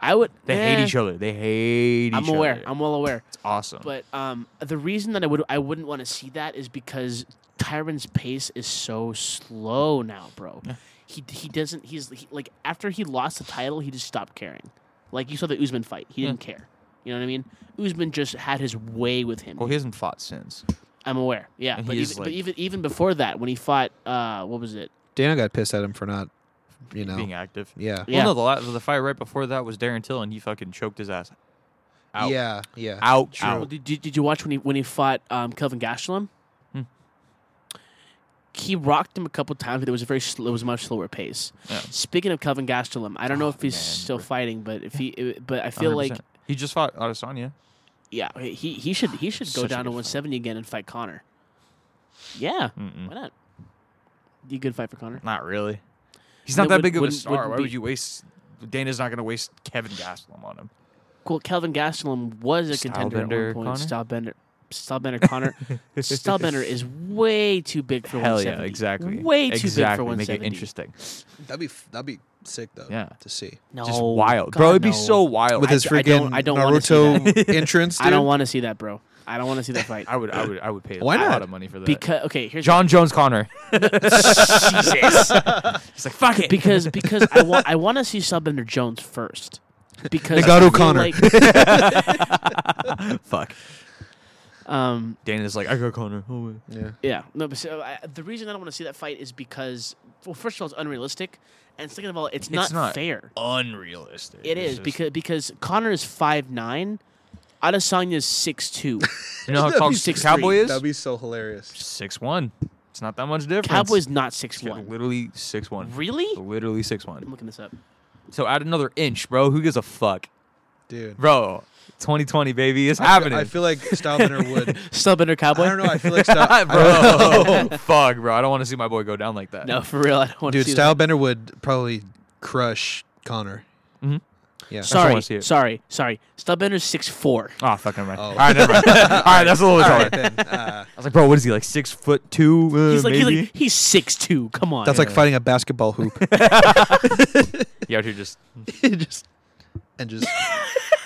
S1: I would.
S2: They
S1: eh,
S2: hate each other. They hate
S1: I'm
S2: each
S1: aware.
S2: other.
S1: I'm well aware.
S2: It's awesome.
S1: But um, the reason that I would I wouldn't want to see that is because Tyron's pace is so slow now, bro. He he doesn't. He's he, like after he lost the title, he just stopped caring. Like you saw the Usman fight, he didn't care. You know what I mean? Usman just had his way with him.
S2: well, he hasn't fought since.
S1: I'm aware. Yeah,
S2: And
S1: but
S2: he
S1: even,
S2: is,
S1: but
S2: like-
S1: even even before that, when he fought, uh, what was it?
S3: Dana got pissed at him for not, you know.
S2: Being active.
S3: yeah.
S1: Yeah.
S2: Well, no, the, la- the fight right before that was Darren Till, and he fucking choked his ass out.
S3: Yeah. Yeah.
S2: Out.
S1: Well,
S2: Out.
S1: Um, Did, you- did you watch when he when he fought um, Kelvin Gastelum?
S2: Hmm.
S1: He rocked him a couple times, but it was a very sl- it was a much slower pace.
S2: Yeah. Oh,
S1: Speaking of Kelvin Gastelum, I don't know if he's
S2: man,
S1: still
S2: bro.
S1: fighting, but if he, but I feel like
S2: 100%. he just fought Adesanya.
S1: yeah, he he should he should go
S2: Such a
S1: down to
S2: good fight. Hmm.
S1: 170 again and fight Connor. Yeah,
S2: Mm-mm.
S1: why not? Be a good fight for Connor.
S2: Not really. He's
S1: No,
S2: not that
S1: would-
S2: big of a
S1: wouldn't-
S2: star.
S1: wouldn't
S2: Why
S1: be-
S2: would you waste? Dana's not going to waste Kevin Gastelum on him.
S1: Cool. Kelvin Gastelum was a contender
S2: Stylebender
S1: at one point.
S2: Connor?
S1: Stylebender, Stylebender Connor. Stylebender is way too big for
S2: Hell
S1: 170.
S2: yeah, exactly.
S1: Way too big for
S2: exactly.
S1: 170.
S2: Make it interesting.
S3: That'd be f- that'd be sick though.
S2: Yeah.
S3: To see
S1: No,
S2: Just wild, bro.
S1: God,
S2: It'd be
S1: no.
S2: so wild.
S3: with
S1: I
S2: I,
S3: his
S1: d- I don't-
S3: freaking
S1: I don't wanna see
S3: Naruto entrance.
S1: I don't
S3: dude.
S1: want to see that, bro. I don't want to see that fight
S2: I would, I would, I would pay
S3: Why
S2: a
S3: not?
S2: lot of money for that.
S1: because okay, here's
S2: John Jones Connor. Jesus. He's like, fuck it.
S1: because because I want I want to see Stylebender Jones first because I
S3: Nagato
S1: feel
S3: Connor.
S1: Like,
S2: fuck.
S1: um,
S2: Dana's like, I got Connor. Oh, wait.
S3: Yeah.
S1: Yeah, no. But so I, the reason I don't want to see that fight is because, well, first of all, it's unrealistic, and second of all, it's, not,
S2: not. Oh,
S1: fair.
S2: Unrealistic.
S1: It is
S2: just-
S1: because because Connor is five nine, Adesanya is six two.
S2: you know how
S3: That'd
S2: tall
S3: be
S1: six
S2: six Cowboy
S1: three.
S2: is?
S3: That'd be so hilarious.
S2: Six one. It's not that much difference.
S1: Cowboy's not six
S2: Yeah,
S1: one.
S2: literally six one.
S1: Really?
S2: Literally six
S1: I'm
S2: one.
S1: looking this up.
S2: So add another inch, bro. Who gives a fuck,
S3: Dude.
S2: bro? 2020, baby, it's
S3: I feel,
S2: happening.
S3: I feel like Stylebender would.
S1: Stubborn or Cowboy?
S3: I don't know. I feel like Style,
S2: bro. fuck, bro. I don't want to see my boy go down like that.
S1: No, for real, I don't want
S3: dude.
S1: to see that.
S3: Stylebender would probably crush Connor.
S2: Mhm.
S3: Yeah.
S2: what I
S1: Sorry,
S2: wanna see it.
S1: sorry, sorry. Stubbender's six four.
S2: Oh, fucking right.
S3: Oh.
S2: All right, never mind. All right, that's a little
S3: All
S2: bit taller.
S3: right then. Uh,
S2: I was like, bro, what is he like? Six foot two? Uh,
S1: He's like he's
S2: maybe?
S1: like he's six two. Come on.
S3: that's like fighting a basketball hoop
S2: yeah, out here just
S3: Just- and just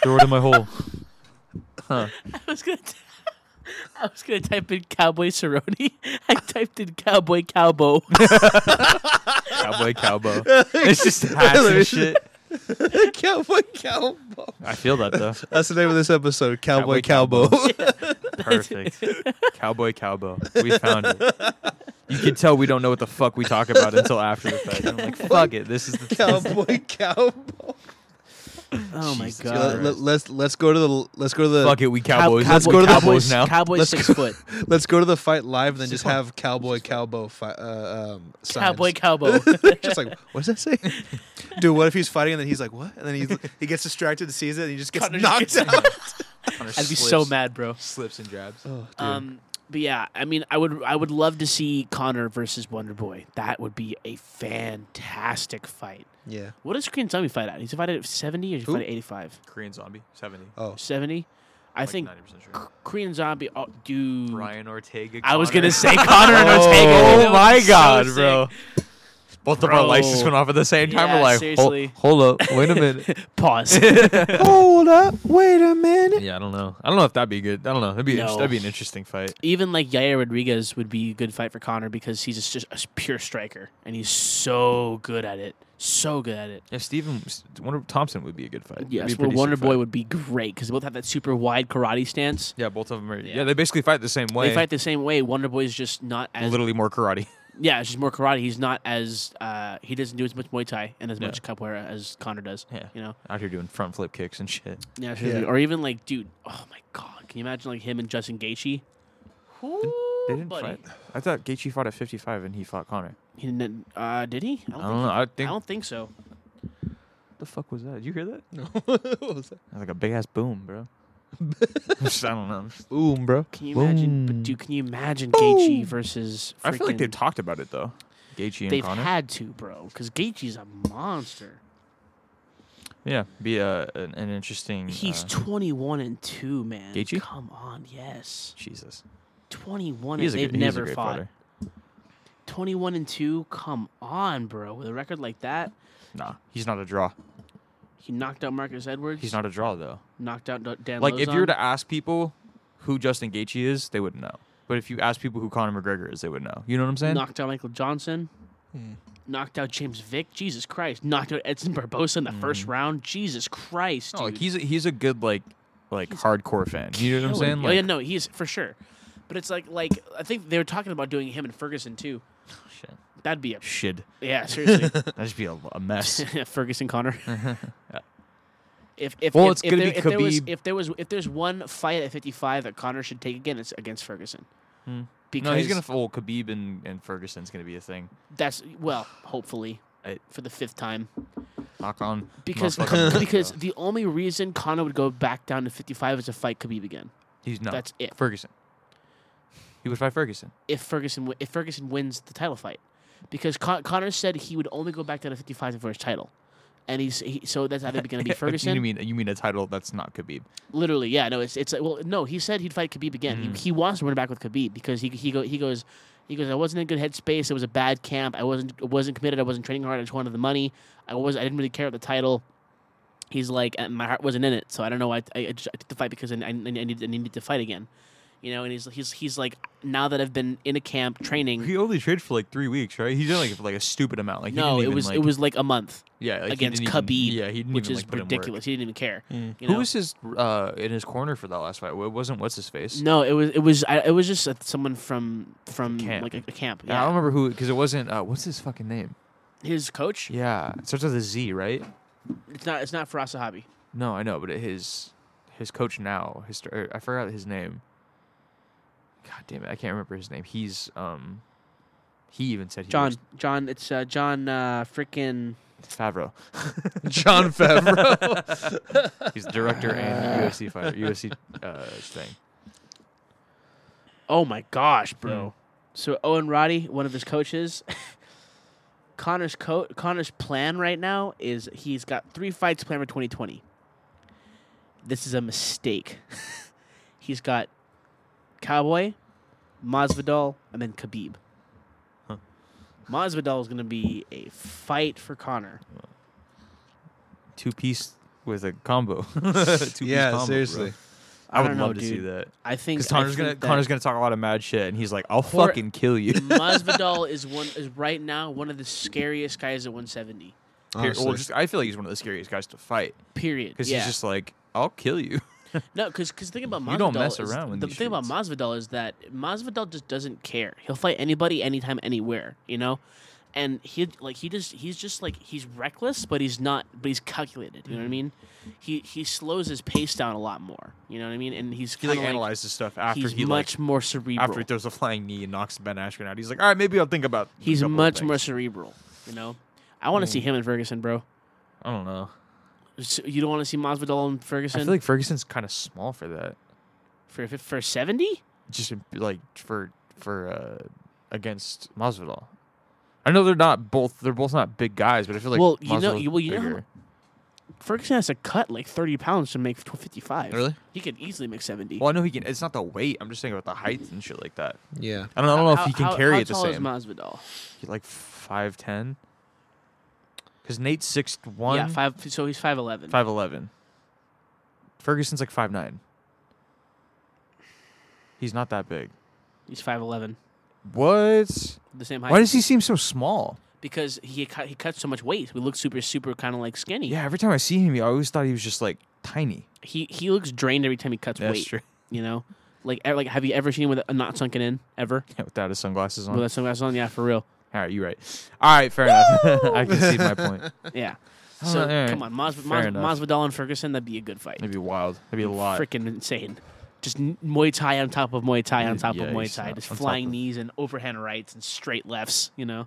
S2: throw it in my hole.
S1: I was gonna. T- I was gonna type in Cowboy Cerrone. I typed in Cowboy Cowbo.
S2: Cowboy cowboy. It's just hats and shit.
S3: cowboy cowboy.
S2: I feel that though.
S3: That's the name of this episode, Cowboy Cowboy.
S2: Cowboy Perfect. cowboy cowboy. We found it. You can tell we don't know what the fuck we talk about until after the fact. I'm like, fuck it. This is the
S3: cowboy Cowboy.
S1: Oh my
S2: Jesus
S1: god.
S2: Christ.
S3: Let, us let's go to the let's go to the
S2: fuck it. We cowboys.
S1: Cow-
S2: Let's
S1: Cowboy-
S2: go to the
S1: Cowboys
S2: cowboys now.
S1: Cowboys
S3: Let's
S1: six
S3: go-
S1: foot.
S3: let's go to the fight live and then just
S2: fun.
S3: have Cowboy Cowboy fi- uh, um, signs.
S1: Cowboy Cowbo.
S3: just like what does that say? Dude, what if he's fighting and then he's like what? And then he he gets distracted, sees it, and he just gets
S1: Connor just
S3: knocked
S1: gets
S3: out.
S1: I'd be so mad, bro.
S2: Slips and jabs.
S3: Oh, dude.
S1: Um, but yeah, I mean, I would, I would love to see Connor versus Wonder Boy. That would be a fantastic fight.
S3: yeah.
S1: What does Korean Zombie fight at? He's fight at seventy or he's
S3: Who?
S1: fight at eighty-five?
S2: Korean zombie. 70.
S3: Oh,
S1: Seventy. I think
S2: 90%
S1: K- Korean Zombie. Oh, dude.
S2: Ortega.
S1: I was gonna say Connor and Ortega.
S2: Oh
S1: That
S2: my
S1: was so
S2: god,
S1: sick.
S2: bro. Both of our lights just
S1: Bro.
S2: went off at the same time.
S1: Yeah,
S2: We're like,
S1: seriously.
S2: "Hol- hold, up, wait a minute,
S1: Pause.
S2: hold up, wait a minute.
S4: Yeah, I don't know. I don't know if that'd be good. I don't know. That'd be
S1: No.
S4: that'd be an interesting fight.
S1: Even like Yair Rodriguez would be a good fight for Connor because he's just, just a s- pure striker and he's so good at it. So good at it.
S2: Yeah, Stephen Wonder Thompson would be a good fight.
S1: Yes,
S2: It'd be
S1: where
S2: a pretty sick
S1: Wonder Boy
S2: fight.
S1: would be great because they both have that super wide karate stance.
S2: Yeah, both of them are. Yeah,
S1: Yeah.
S2: they basically fight the same way.
S1: They fight the same way. Wonder Boy's just not as
S2: literally more karate.
S1: yeah, it's just more karate. He's not as uh, he doesn't do as much Muay Thai and as
S2: No.
S1: much capoeira as Connor does.
S2: Yeah.
S1: You know,
S2: Out here doing front flip kicks and shit.
S1: yeah, seriously.
S3: Yeah.
S1: or even like, dude, oh my god, can you imagine like him and Justin Gaethje?
S2: They didn't
S1: buddy.
S2: fight. I thought Gaethje fought at 55 and he fought Connor.
S1: He didn't, uh, did he? I don't,
S2: I don't know. I
S1: think,
S2: think
S1: I don't think so.
S2: the fuck was that? Did you hear that?
S3: No. what was that?
S2: That's like a big ass boom, bro. Just- I don't know.
S3: Boom, bro.
S1: Can you imagine? But
S3: Boom.
S1: dude, can you imagine Gaethje versus?
S2: I feel like they've
S1: freaking-
S2: talked about it though. Gaethje and
S1: they've
S2: Connor.
S1: had to, bro, because Gaethje's a monster.
S2: yeah, be a, an, an interesting.
S1: He's
S2: uh,
S1: 21 and two, man.
S2: Gaethje?
S1: Come on, yes,
S2: Jesus.
S1: 21
S2: He's
S1: and
S2: a
S1: they've
S2: good, he's a
S1: never
S2: great
S1: fought.
S2: fighter.
S1: 21 and 2. Come on, bro. With a record like that,
S2: Nah, he's not a draw.
S1: he knocked out Marcus Edwards.
S2: He's not a draw though.
S1: knocked out D- Dan.
S2: Like if you were
S1: Lozon.
S2: to ask people who Justin Gaethje is, they would know. But if you ask people who Conor McGregor is, they would know. You know what I'm saying?
S1: knocked out Michael Johnson,
S2: Hmm.
S1: knocked out James Vick. Jesus Christ, knocked out Edson Barbosa in the first round. Jesus Christ,
S2: No, Hmm. Oh, like
S1: dude.
S2: he's a, he's a good like like hardcore fan. You know what I'm
S1: Killing
S2: saying?
S1: it.
S2: Like,
S1: oh yeah, no, he's for sure. But it's like like I think they were talking about doing him and Ferguson too. Oh,
S2: shit.
S1: That'd be a
S2: Shit.
S1: yeah, seriously.
S2: That'd just be a, a mess.
S1: Ferguson Connor. If if
S2: Well,
S1: if,
S2: it's
S1: if
S2: gonna
S1: there,
S2: be
S1: if there was
S2: Khabib.
S1: if there was if there's one fight at 55 that Connor should take again, it's against Ferguson. Because
S2: Hmm. no, he's gonna fool Khabib and, and Ferguson's gonna be a thing.
S1: that's well, hopefully
S2: I-
S1: for the fifth time.
S2: Knock on
S1: Because
S2: motherfucking wood,
S1: because
S2: though.
S1: the only reason Connor would go back down to 55 is to fight Khabib again.
S2: he's not
S1: that's it.
S2: Ferguson. He would fight Ferguson.
S1: If Ferguson wi- if Ferguson wins the title fight, because Con- Connor said he would only go back down to 55 for his title, and he's he, so that's either going to be
S2: But
S1: Ferguson.
S2: You mean you mean a title that's not Khabib?
S1: Literally, yeah. No, it's it's like well, no. He said he'd fight Khabib again.
S2: Mm.
S1: He, he wants to run it back with Khabib because he he go he goes he goes. I wasn't in good headspace. It was a bad camp. I wasn't I wasn't committed. I wasn't training hard. I just wanted the money. I was I didn't really care about the title. He's like "And my heart wasn't in it, so I don't know. why I I, I, just, I took the fight because I I, I, needed, I needed to fight again, you know. And he's he's he's like now that I've been in a camp training.
S2: He only traded for like three weeks, right? He did like like a stupid amount. Like he
S1: No,
S2: didn't
S1: it
S2: even,
S1: was
S2: like,
S1: it was like a month
S2: yeah like, he
S1: against
S2: didn't even-
S1: Khabib,
S2: yeah, he didn't
S1: which
S2: even,
S1: is
S2: like, put in work.
S1: ridiculous. He didn't even care. You
S2: Who
S1: know?
S2: was his uh, in his corner for that last fight? It wasn't what's his face?
S1: No, it was it was I, it was just uh, someone from from
S2: Camp.
S1: like a, a camp.
S2: Yeah, I don't remember who because it wasn't uh, what's his fucking name?
S1: His coach?
S2: Yeah, it starts with a Z, right?
S1: It's not. It's not for Asahabi.
S2: No, I know, but it, his his coach now, his or I forgot his name. God damn it, I can't remember his name. He's um, he even said he
S1: John.
S2: was
S1: John. It's uh, John. Uh, Freaking.
S2: Favreau.
S3: John Favreau.
S2: He's the director and UFC fighter, UFC uh, thing.
S1: Oh my gosh, bro. So Owen Roddy, one of his coaches. Connor's co- Connor's plan right now is he's got three fights planned for 2020. This is a mistake. he's got Cowboy, Masvidal, and then Khabib. Masvidal is going to be a fight for Connor.
S2: Two piece with a combo. Two-piece
S3: yeah,
S2: combo, bro.
S3: seriously.
S2: I, would
S1: don't know,
S2: love to see
S1: dude.
S2: that.
S1: I think
S2: Because
S1: I
S2: Connor's gonna
S1: think that-
S2: Connor's gonna talk a lot of mad shit, and he's like, "I'll
S1: Poor-
S2: fucking kill you."
S1: Masvidal is one is right now one of the scariest guys at 170.
S2: Period. Well,
S3: Honestly.
S2: just I feel like he's one of the scariest guys to fight
S1: Period.
S2: because
S1: yeah.
S2: he's just like, "I'll kill you."
S1: no, because because thing about Masvidal
S2: You don't mess
S1: is-
S2: around in
S1: the
S2: these
S1: thing about Masvidal is that Masvidal just doesn't care. He'll fight anybody, anytime, anywhere. You know, and he like he just he's just like he's reckless, but he's not. But he's calculated. You
S2: Mm-hmm.
S1: know what I mean? He he slows his pace down a lot more. You know what I mean? And he's
S2: He
S1: kind
S2: like
S1: of like,
S2: analyzes stuff after
S1: he's
S2: he like
S1: much more cerebral.
S2: after he throws a flying knee and knocks Ben Askren out. He's like, "All right, maybe I'll think about." a
S1: he's
S2: couple of
S1: much
S2: things." Mm.
S1: more cerebral. You know, I want to see him and Ferguson, bro.
S2: I don't know.
S1: So you don't want to see Masvidal and
S2: I
S1: Ferguson
S2: feel like Ferguson's kind of small for that.
S1: for for seventy.
S2: Just in- like for for uh against Masvidal. I know they're not both. They're both not big guys, but I feel like
S1: Well, you know-
S2: Masvidal's
S1: you- well, you know how
S2: bigger.
S1: Ferguson has to cut like thirty pounds to make fifty five.
S3: Really?
S1: He could easily make seventy.
S2: Well, I know he can. It's not the weight. I'm just thinking about the height and shit like that.
S3: Yeah.
S2: I don't, I don't know
S1: How-
S2: if he can
S1: how-
S2: carry
S1: how
S2: it the
S1: tall
S2: same.
S1: Is Masvidal?
S2: He like five ten. because Nate's six one,
S1: Yeah, five. So he's five eleven.
S2: five eleven. Ferguson's like five nine. He's not that big.
S1: He's five eleven.
S2: What?
S1: The same height.
S2: Why does he seem so small?
S1: Because he cut, he cuts so much weight. We look super super kind of like skinny.
S2: Yeah, every time I see him, I always thought he was just like tiny.
S1: He he looks drained every time he cuts weight. You know, like e- like have you ever seen him with a not sunken in ever
S2: Yeah, without his sunglasses on.
S1: with that sunglasses on? Yeah, for real.
S2: All right, you're right. All right, fair enough. I concede my point.
S1: Yeah.
S2: Oh,
S1: So
S2: all right.
S1: come on, Mas-
S2: Fair
S1: Mas-
S2: enough.
S1: Masvidal and Ferguson, that'd be a good fight.
S2: That'd be wild. That'd be a lot.
S1: Freaking insane. Just n- Muay Thai on top of Muay Thai on
S2: Yeah,
S1: top of
S2: yeah,
S1: Muay
S2: he's
S1: Thai.
S2: not
S1: Just
S2: on top
S1: flying
S2: of-
S1: knees and overhand rights and straight lefts, you know?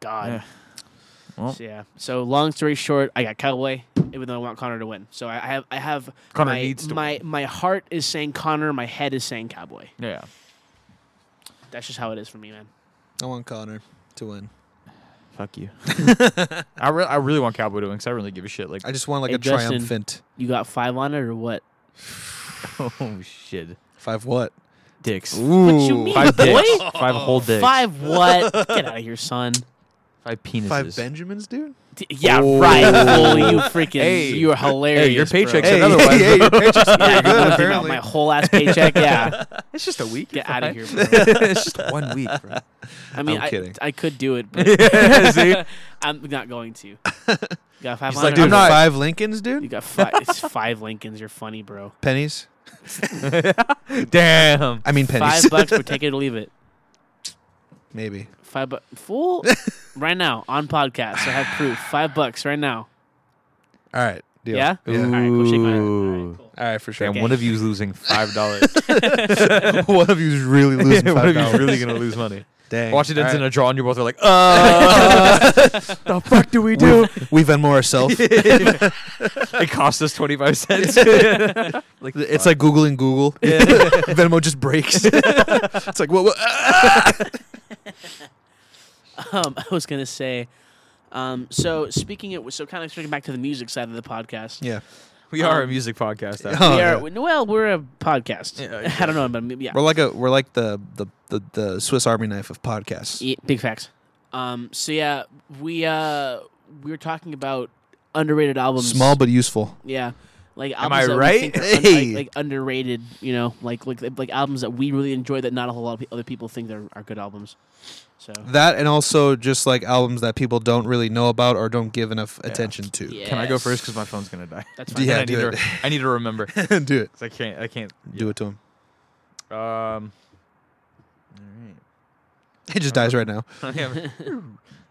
S1: God.
S2: Yeah. Well.
S1: So, yeah. So long story short, I got Cowboy, even though I want Connor to win. So I I have I have
S2: Conor
S1: my,
S2: needs to
S1: my my heart is saying Connor, my head is saying Cowboy.
S2: Yeah.
S1: That's just how it is for me, man.
S3: I want Connor to win.
S2: Fuck you. I, re- I really want Cowboy to win because I really give a shit. Like,
S3: I just want like
S1: Hey,
S3: a
S1: Justin.
S3: triumphant
S1: You got five on it or what?
S2: oh shit,
S3: five. What?
S2: dicks.
S3: Ooh,
S1: What you mean,
S2: Five
S1: boy?
S2: dicks. Five whole dicks.
S1: Five what? Get out of here, son.
S2: Five penises.
S3: five Benjamins, dude.
S1: D- Yeah, right. Fool, you freaking,
S2: Hey.
S1: you're hilarious.
S2: hey, your
S1: bro.
S2: paycheck's
S1: Yeah,
S3: Hey,
S2: another one.
S3: hey, your paycheck's pretty
S1: you're
S3: good,
S1: good,
S3: apparently.
S1: my whole ass paycheck. Yeah,
S2: It's just a week.
S1: get out of here. Bro.
S2: it's just one week. Bro.
S1: I mean,
S3: I'm
S1: I,
S3: kidding.
S1: I could do it, but I'm not going to. You got five
S2: He's
S1: on
S2: like,
S1: it? I'm
S2: dude, I'm not-
S3: five Lincolns,
S1: You
S3: dude.
S1: got five. It's five Lincolns. You're funny, bro.
S3: Pennies.
S2: Damn.
S3: I mean pennies.
S1: Five bucks, but take it or leave it.
S3: Maybe.
S1: Five bucks, fool. right now on podcast, I have proof. Five bucks right now.
S3: All right. Deal.
S1: Yeah.
S3: Yeah.
S1: All right, cool. Shake my hand. All
S2: Ooh.
S1: right, cool.
S3: All right, for sure.
S2: Damn, one of you's losing five dollars.
S3: one of you's really losing five
S2: one of you's
S3: dollars.
S2: really gonna lose money.
S3: Dang.
S2: Watch it ends
S3: All
S2: in
S3: right.
S2: a draw, and you both are like, "Uh, the fuck do we do?"
S3: We Venmo ourselves.
S2: it cost us twenty five cents. like
S3: It's like Googling Google. Venmo just breaks. it's like, what? what
S2: ah.
S1: Um, I was gonna say. Um, so speaking it, so kind of switching back to the music side of the podcast.
S3: Yeah.
S2: we are a music podcast. After.
S3: Oh,
S1: we are
S3: yeah.
S1: well, we're a podcast.
S2: Yeah, yeah.
S1: I don't know, but m- yeah,
S3: We're like a we're like the the, the, the Swiss Army knife of podcasts.
S1: Yeah, big facts. Um, so yeah, we uh, we were talking about underrated albums.
S3: Small but useful.
S1: yeah. Like
S2: Am
S1: albums
S2: I
S1: that we
S2: right?
S1: think are un-
S3: Hey.
S1: like, like underrated, you know, like like like albums that we really enjoy that not a whole lot of pe- other people think are, are good albums. So
S3: That and also just like albums that people don't really know about or don't give enough attention to.
S1: yeah.
S2: Can I go first? Because my phone's gonna die.
S1: That's fine.
S3: Yeah,
S2: I need,
S3: do
S2: to,
S3: it.
S2: I need to remember. 'Cause
S3: do it.
S2: I can't. I can't.
S3: Do it to him.
S2: Um.
S3: He just dies right now.
S2: All right.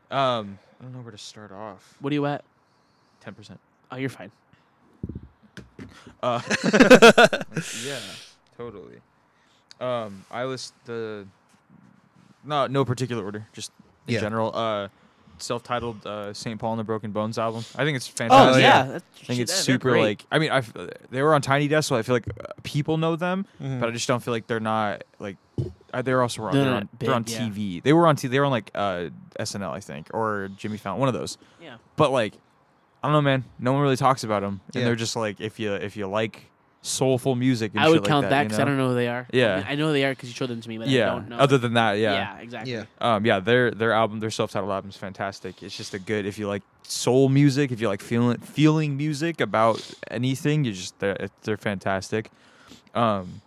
S2: um. I don't know where to start off.
S1: What are you at?
S2: Ten percent.
S1: Oh, you're fine.
S2: Uh. yeah. Totally. Um. I list the. No, no particular order. Just in
S3: Yeah.
S2: general. Uh. Self-titled uh, "St. Paul and the Broken Bones" album. I think it's
S1: Oh,
S2: fantastic.
S3: yeah.
S1: yeah. That's,
S2: I think it's
S1: they're
S2: super
S1: great.
S2: like I mean I they were on Tiny Desk, so I feel like uh, people know them,
S3: Hmm.
S2: but I just don't feel like they're not like uh, they're also on
S1: They're
S2: they're
S1: not
S2: on, they're on
S1: big, yeah.
S2: TV. They were on T They were on like uh, SNL, I think, or Jimmy Fallon, one of those.
S1: yeah.
S2: But like I don't know, man. No one really talks about them, and
S3: Yeah.
S2: they're just like if you if you like soulful music, and
S1: I
S2: shit
S1: would
S2: like
S1: count that
S2: that
S1: because
S2: you know?
S1: I don't know who they are.
S2: Yeah.
S1: I, mean, I know they are because you showed them to me, but
S2: Yeah.
S1: I don't know.
S2: Other than that,
S1: exactly.
S3: Yeah.
S2: um, yeah, their their album, their self-titled album is fantastic. It's just a good if you like soul music, if you like feeling feeling music about anything, you just they're it- they're fantastic. Um,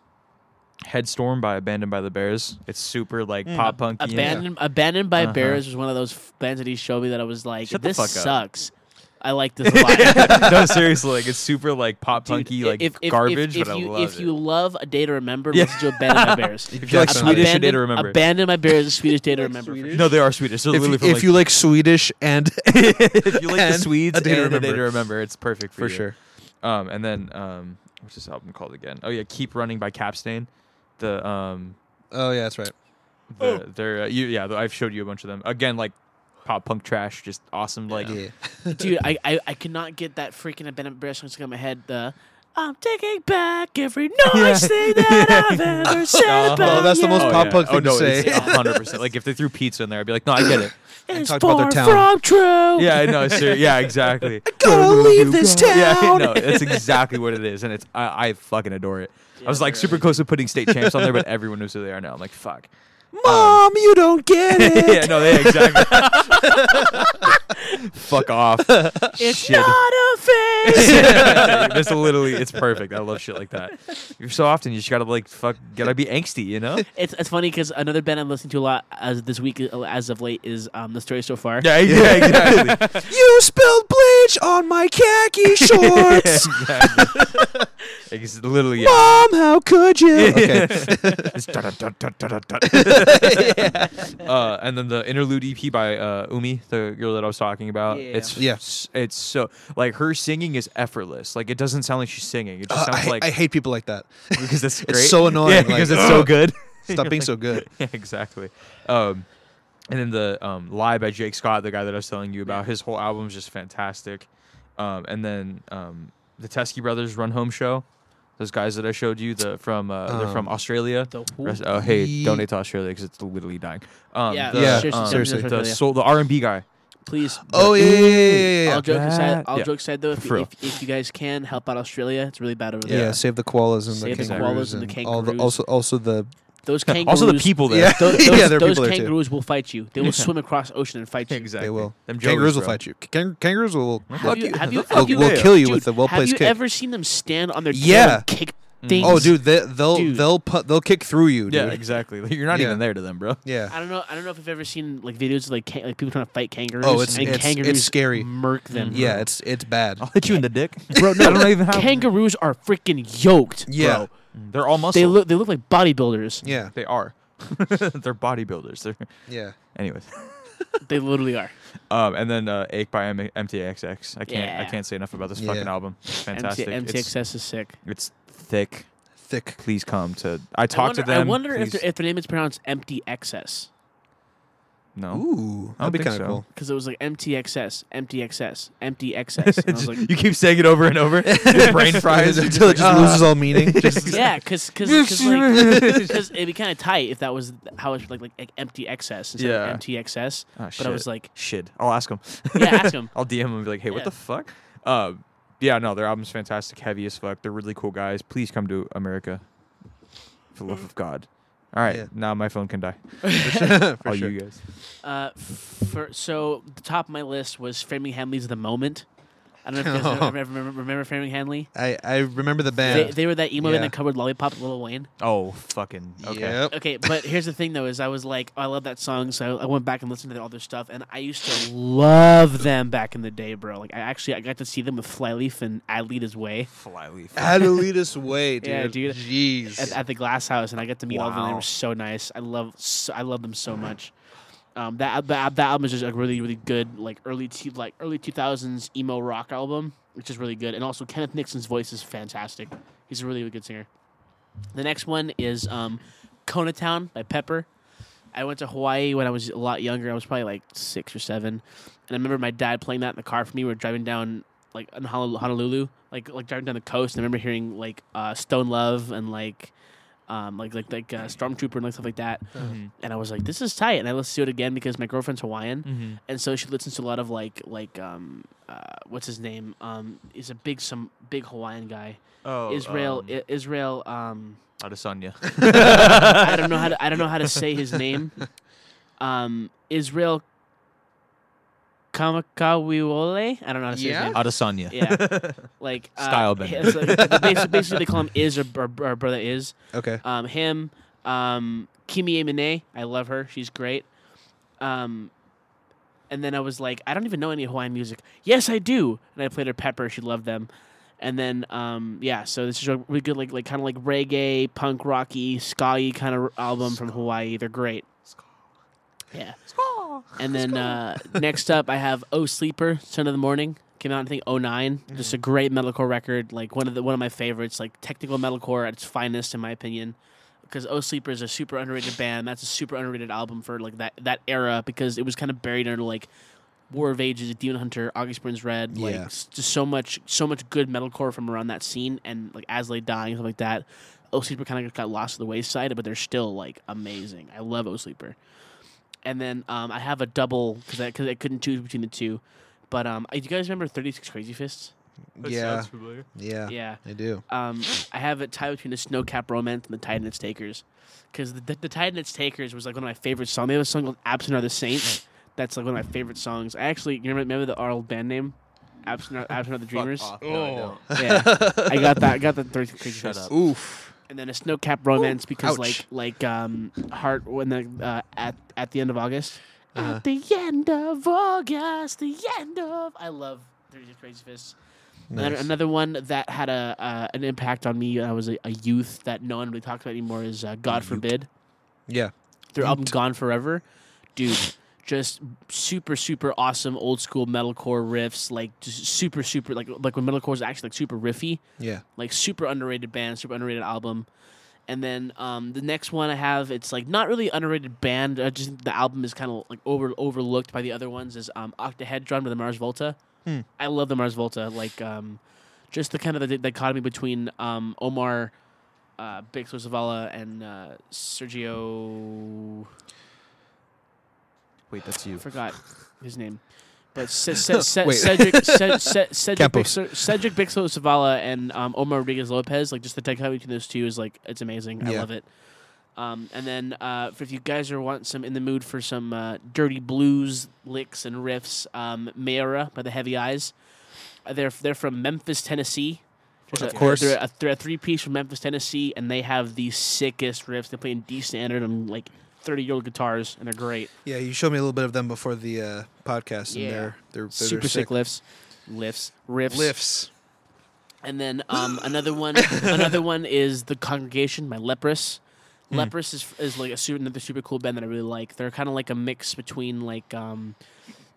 S2: Headstorm by Abandoned by the Bears. It's super like pop punk.
S1: Hmm. Abandoned, Abandoned by
S2: Uh-huh.
S1: Bears was one of those f- bands that he showed me that I was like,
S2: Shut the
S1: this
S2: fuck up."
S1: sucks. I like this a lot.
S2: no, seriously, like it's super like pop
S1: Dude,
S2: punky, like
S1: if, if,
S2: garbage.
S1: If, if
S2: but
S1: you
S2: I love
S1: if you
S2: it.
S1: love a day to remember,
S2: Yeah.
S1: listen to Abandoned by Bears.
S3: If
S2: you like
S3: That's
S2: Swedish,
S3: not
S2: a day to
S1: Abandoned-
S2: remember.
S1: Abandoned by Bears is a Swedish day to remember. for
S3: Swedish?
S1: sure.
S2: no, they are Swedish. They're
S3: If,
S2: literally
S3: you-
S2: from,
S3: if
S2: like,
S3: you like Swedish and
S2: if you like the
S3: and
S2: Swedes,
S3: A Day to
S2: and a day to
S3: Remember.
S2: remember, it's perfect for,
S3: for
S2: you.
S3: sure.
S2: Um, and then um, what's this album called again? Oh yeah, "Keep Running" by Capstain. The um,
S3: Oh yeah, that's right.
S2: the,
S3: Oh.
S2: their uh, you, yeah, the, I've showed you a bunch of them. Again, like pop punk trash, just awesome. Like
S3: Yeah.
S1: Dude, I, I, I could not get that freaking Abandoned by Bears song stuck in my head. The I'm taking back every noise thing that I've ever said
S2: Oh,
S1: about
S3: that's the
S1: you.
S3: most pop punk
S2: oh,
S3: thing to
S2: no, it's
S3: say.
S2: a hundred percent. Like if they threw pizza in there, I'd be like, no, I get it.
S1: It's
S3: talked about their
S1: far
S3: town.
S1: from true.
S2: yeah, I know. Sir, yeah, exactly.
S3: Gotta leave this town.
S2: Yeah, no, that's exactly what it is, and it's I, I fucking adore it. I was like super close to putting state champs on there, but everyone knows who they are now. I'm like, fuck.
S3: Mom, you don't get it.
S2: Um, yeah, no, yeah, exactly. Fuck off.
S1: It's
S2: Shit.
S1: not a face.
S2: That's literally, it's perfect. I love shit like that. You're so often, you just gotta like, fuck, gotta be angsty, you know?
S1: It's, it's funny because another band I'm listening to a lot as this week uh, as of late is um, the story so far.
S2: Yeah, yeah, exactly.
S3: You spilled bleach on my khaki shorts.
S2: It's literally, yeah.
S3: Mom, how could you? Okay.
S2: It's dun- dun- dun- dun- dun- dun. Uh, and then the interlude EP by uh, Umi, the girl that I was talking about.
S1: Yeah.
S2: It's
S3: Yeah.
S2: s- it's so like her singing is effortless. Like it doesn't sound like she's singing. It just
S3: Uh, I,
S2: sounds
S3: ha-
S2: like
S3: I hate people like that.
S2: because it's great.
S3: It's so annoying.
S2: Yeah,
S3: like,
S2: because it's so good.
S3: Stop being so good.
S2: yeah, exactly. Um, and then the um, Lie by Jake Scott, the guy that I was telling you about, his whole album is just fantastic. Um, and then um, the Teskey Brothers Run Home Show, those guys that I showed you, the from uh, they're
S3: Um,
S2: from Australia.
S1: The who?
S2: Rest- oh hey,
S3: Ye-
S2: donate to Australia because it's literally dying. Um,
S1: Yeah,
S2: the,
S3: Yeah,
S2: um,
S3: seriously.
S2: the soul, the R and B guy.
S1: Please.
S3: Oh yeah, yeah, yeah, yeah, yeah.
S1: all jokes aside,
S2: that-
S1: all
S2: yeah.
S1: jokes aside though, if,
S2: For
S1: you,
S2: real.
S1: if, if you guys can help out Australia, it's really bad over
S3: yeah.
S1: there.
S3: save the koalas and
S1: Save
S3: the
S1: the
S3: kangaroos
S1: koalas and the
S3: all the,
S1: kangaroos.
S3: also also the
S1: Those kangaroos.
S2: Also the people there.
S3: yeah
S1: Those,
S3: yeah there are
S1: those
S3: people there too.
S1: kangaroos will fight you. They will swim across ocean and fight you.
S2: Exactly.
S3: They will.
S2: Them
S3: kangaroos
S2: Joeys,
S3: will
S2: bro.
S3: fight you. Kang- kangaroos will.
S1: Have you, have you,
S2: Fuck
S1: have
S2: you,
S1: you,
S2: we'll
S3: kill you
S1: dude,
S3: with a well-placed
S1: Have you
S3: kick.
S1: ever seen them stand on their tail
S3: Yeah.
S1: and kick things?
S3: Oh, dude, they, they'll
S1: Dude.
S3: they'll pu- they'll kick through you,
S2: Yeah,
S3: dude.
S2: exactly. Like, you're not
S3: Yeah.
S2: even there to them, bro.
S1: I
S3: Yeah,
S1: don't know. I don't know if I've ever seen like videos of, like can- like people trying to fight kangaroos.
S3: Oh, it's-
S1: and
S3: it's- it's
S1: kangaroos
S3: scary. Mm-hmm.
S1: Murk them.
S3: yeah, it's it's bad.
S1: Oh,
S2: I'll hit you in the dick, bro. No, I don't even have.
S1: kangaroos are freaking yoked.
S3: Yeah,
S2: They're all muscle.
S1: They look. They look like bodybuilders.
S3: yeah,
S2: They are. They're bodybuilders. They're
S3: yeah.
S2: anyways.
S1: They literally are.
S2: Um, and then uh, Ache by M- MTXX. I can't. I
S1: Yeah.
S2: can't say enough about this
S3: Yeah.
S2: fucking album. It's fantastic.
S1: MT,
S2: It's,
S1: MTXS is sick.
S2: it's thick.
S3: Thick.
S2: Please come to. I
S1: I
S2: talked
S1: wonder,
S2: to them.
S1: I wonder if,
S2: please-
S1: their, if their name is pronounced Empty Excess Oh,
S2: no. I
S3: Ooh,
S2: don't
S3: that'd be
S2: think
S3: kind of
S2: so.
S3: cool.
S1: because it was like MTXS, MTXS, MTXS. And I was like, Uh,
S2: you keep saying it over and over. Your brain fries
S3: until it just loses all meaning. Just-
S1: yeah, because because like, 'cause it'd be kind of tight if that was how it's like like, like Empty Excess instead
S2: Yeah.
S1: of MTXS.
S2: Oh,
S1: but
S2: shit.
S1: I was like,
S2: shit. I'll ask him.
S1: yeah, ask him.
S2: I'll DM him and be like, hey,
S1: Yeah.
S2: what the fuck? Uh, yeah, no, their album's fantastic, heavy as fuck. They're really cool guys. Please come to America, for the love of God. All right,
S3: Yeah.
S2: now my phone can die.
S3: For
S2: all
S3: sure.
S2: you guys.
S1: Uh, for, so the top of my list was Framing Hanley's "The Moment." I don't know if you guys ever, ever remember, remember Framing Hanley.
S3: I I remember the band.
S1: They, they were that emo band
S3: Yeah.
S1: that covered "Lollipop" Lil Wayne.
S2: Oh, fucking. Okay.
S3: Yep.
S1: Okay, but here's the thing though: is I was like, oh, I love that song, so I went back and listened to all their stuff, and I used to love them back in the day, bro. Like, I actually I got to see them with Flyleaf and I Lead His Way
S2: Flyleaf.
S3: Adelita's way, dude.
S1: Yeah, dude.
S3: Jeez.
S1: at, at the Glass House, and I got to meet all of them. They
S2: Wow.
S1: were so nice. I love so, I love them so much. Um, that, that that album is just a really really good like early two, like early two thousands emo rock album, which is really good. And also Kenneth Nixon's voice is fantastic. He's a really, really good singer. The next one is um, Kona Town by Pepper. I went to Hawaii when I was a lot younger. I was probably like six or seven, and I remember my dad playing that in the car for me. We were driving down like in Honol- Honolulu, like like driving down the coast. And I remember hearing like uh, Stone Love and like um, like like like uh, Stormtrooper and like stuff like that. And I was like, this is tight. And I listened to it again because my girlfriend's Hawaiian,
S2: Mm-hmm.
S1: and so she listens to a lot of like like um uh, what's his name um is a big some big Hawaiian guy
S2: Oh,
S1: Israel
S2: um,
S1: I- Israel um.
S2: Adesanya.
S1: I don't know how to I don't know how to say his name. Um, Israel Kamakawiole. I don't know how to say
S3: Yeah?
S1: his name.
S2: Adesanya.
S1: Yeah, like uh,
S2: Style bender.
S1: it's like- basically, basically, they call him Is or, or, or brother Is.
S3: Okay.
S1: Um, him. Um, Kimi Emine. I love her. She's great. Um, and then I was like, I don't even know any Hawaiian music. Yes, I do. And I played her Pepper. She loved them. And then, um, yeah. So this is a really good, like, like kind of like reggae, punk, rocky, ska kind of album from Hawaii. They're great. Yeah. And then uh, next up, I have Oh Sleeper, Son of the Morning. Came out, I think, 9 Just a great metalcore record. Like one of the one of my favorites. Like technical metalcore at its finest, in my opinion. Because Oh Sleeper is a super underrated band. That's a super underrated album for like that that era because it was kind of buried under like War of Ages, Demon Hunter, August Burns Red. Like
S3: Yeah.
S1: s- just so much so much good metalcore from around that scene and like As Lay Dying stuff like that. O Sleeper kind of got lost to the wayside, but they're still like amazing. I love O Sleeper and then um, I have a double because I, 'cause I couldn't choose between the two. But um, I- do you guys remember Thirty Six Crazy Fists?
S2: That
S3: Yeah.
S2: sounds familiar.
S3: Yeah,
S1: Yeah.
S3: I do.
S1: Um, I have it tied between the Snowcap Romance and the Titan Its Takers, because the, the, the Titan Its Takers was like one of my favorite songs. They have a song called "Absent Are the Saints." That's like one of my favorite songs. I actually you remember, remember the our old band name, Absent Are, Absent Are the Dreamers.
S2: Fuck off. No, I
S4: Oh.
S2: don't.
S1: Yeah, I got that. I got that. Third Creature
S2: Shut
S1: Fest.
S2: up.
S3: Oof.
S1: And then a Snowcap Romance because
S3: ouch.
S1: like like um heart when the uh, at at the end of August.
S3: Uh-huh.
S1: At the end of August, the end of I love Thirty Six Crazy Fists. Another,
S3: Nice.
S1: another one that had a uh, an impact on me when I was a, a youth that no one really talks about anymore is uh, God Forbid.
S3: Yeah.
S1: Their album Gone Forever, dude, just super super awesome old school metalcore riffs, like just super super like like when metalcore is actually like super riffy,
S3: Yeah.
S1: like super underrated band, super underrated album. And then um, the next one I have, it's like not really underrated band. I just think the album is kind of like over overlooked by the other ones. Is um, Octahedron by the Mars Volta. I love the Mars Volta. Like um, just the kind of the dichotomy between um, Omar uh, Bixler Zavala and uh, Sergio.
S2: Wait, that's
S1: I
S2: you.
S1: forgot his name. But Ce- Ce- Ce-
S3: Wait.
S1: Cedric, Ce- Ce- Cedric,
S3: Campos.
S1: Bixler, Cedric Bixler Zavala and um, Omar Rodriguez Lopez, like just the dichotomy between those two is like it's amazing. I
S3: Yeah.
S1: love it. Um, and then uh, if you guys are want some in the mood for some uh, dirty blues licks and riffs, um, Mayra by the Heavy Eyes. Uh, They're they're from Memphis, Tennessee. There's
S3: Of
S1: a-
S3: course.
S1: they're a, they're a three piece from Memphis, Tennessee, and they have the sickest riffs. They play in D standard on like thirty year old guitars, and they're great.
S3: Yeah. You showed me a little bit of them before the uh, podcast, and
S1: Yeah.
S3: they're they're, they're
S1: super sick. lifts, lifts, riffs,
S3: lifts.
S1: and then um, another one. another one is the Congregation by Leprous.
S3: Hmm.
S1: Leprous is is like a super, another super cool band that I really like. They're kind of like a mix between like um,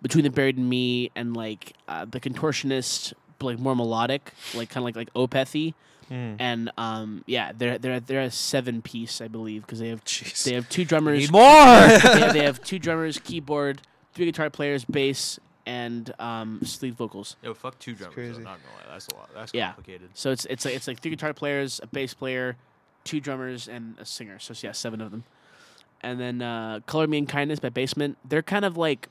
S1: between the Buried in Me and like uh, the Contortionist, but like more melodic, like kind of like like Opethy.
S3: Hmm.
S1: And um, yeah, they're they're they're a seven piece, I believe, because they have
S3: Jeez.
S1: they have two drummers,
S2: Need more.
S1: they, have, they have two drummers, keyboard, three guitar players, bass, and um, lead vocals.
S2: Yo, fuck two drummers.
S3: crazy.
S2: Though, not gonna lie, that's a lot. That's
S1: Yeah.
S2: complicated.
S1: So it's it's like it's like three guitar players, a bass player, two drummers, and a singer. So it's, yeah, seven of them. And then uh, "Color Me in Kindness" by Basement. They're kind of like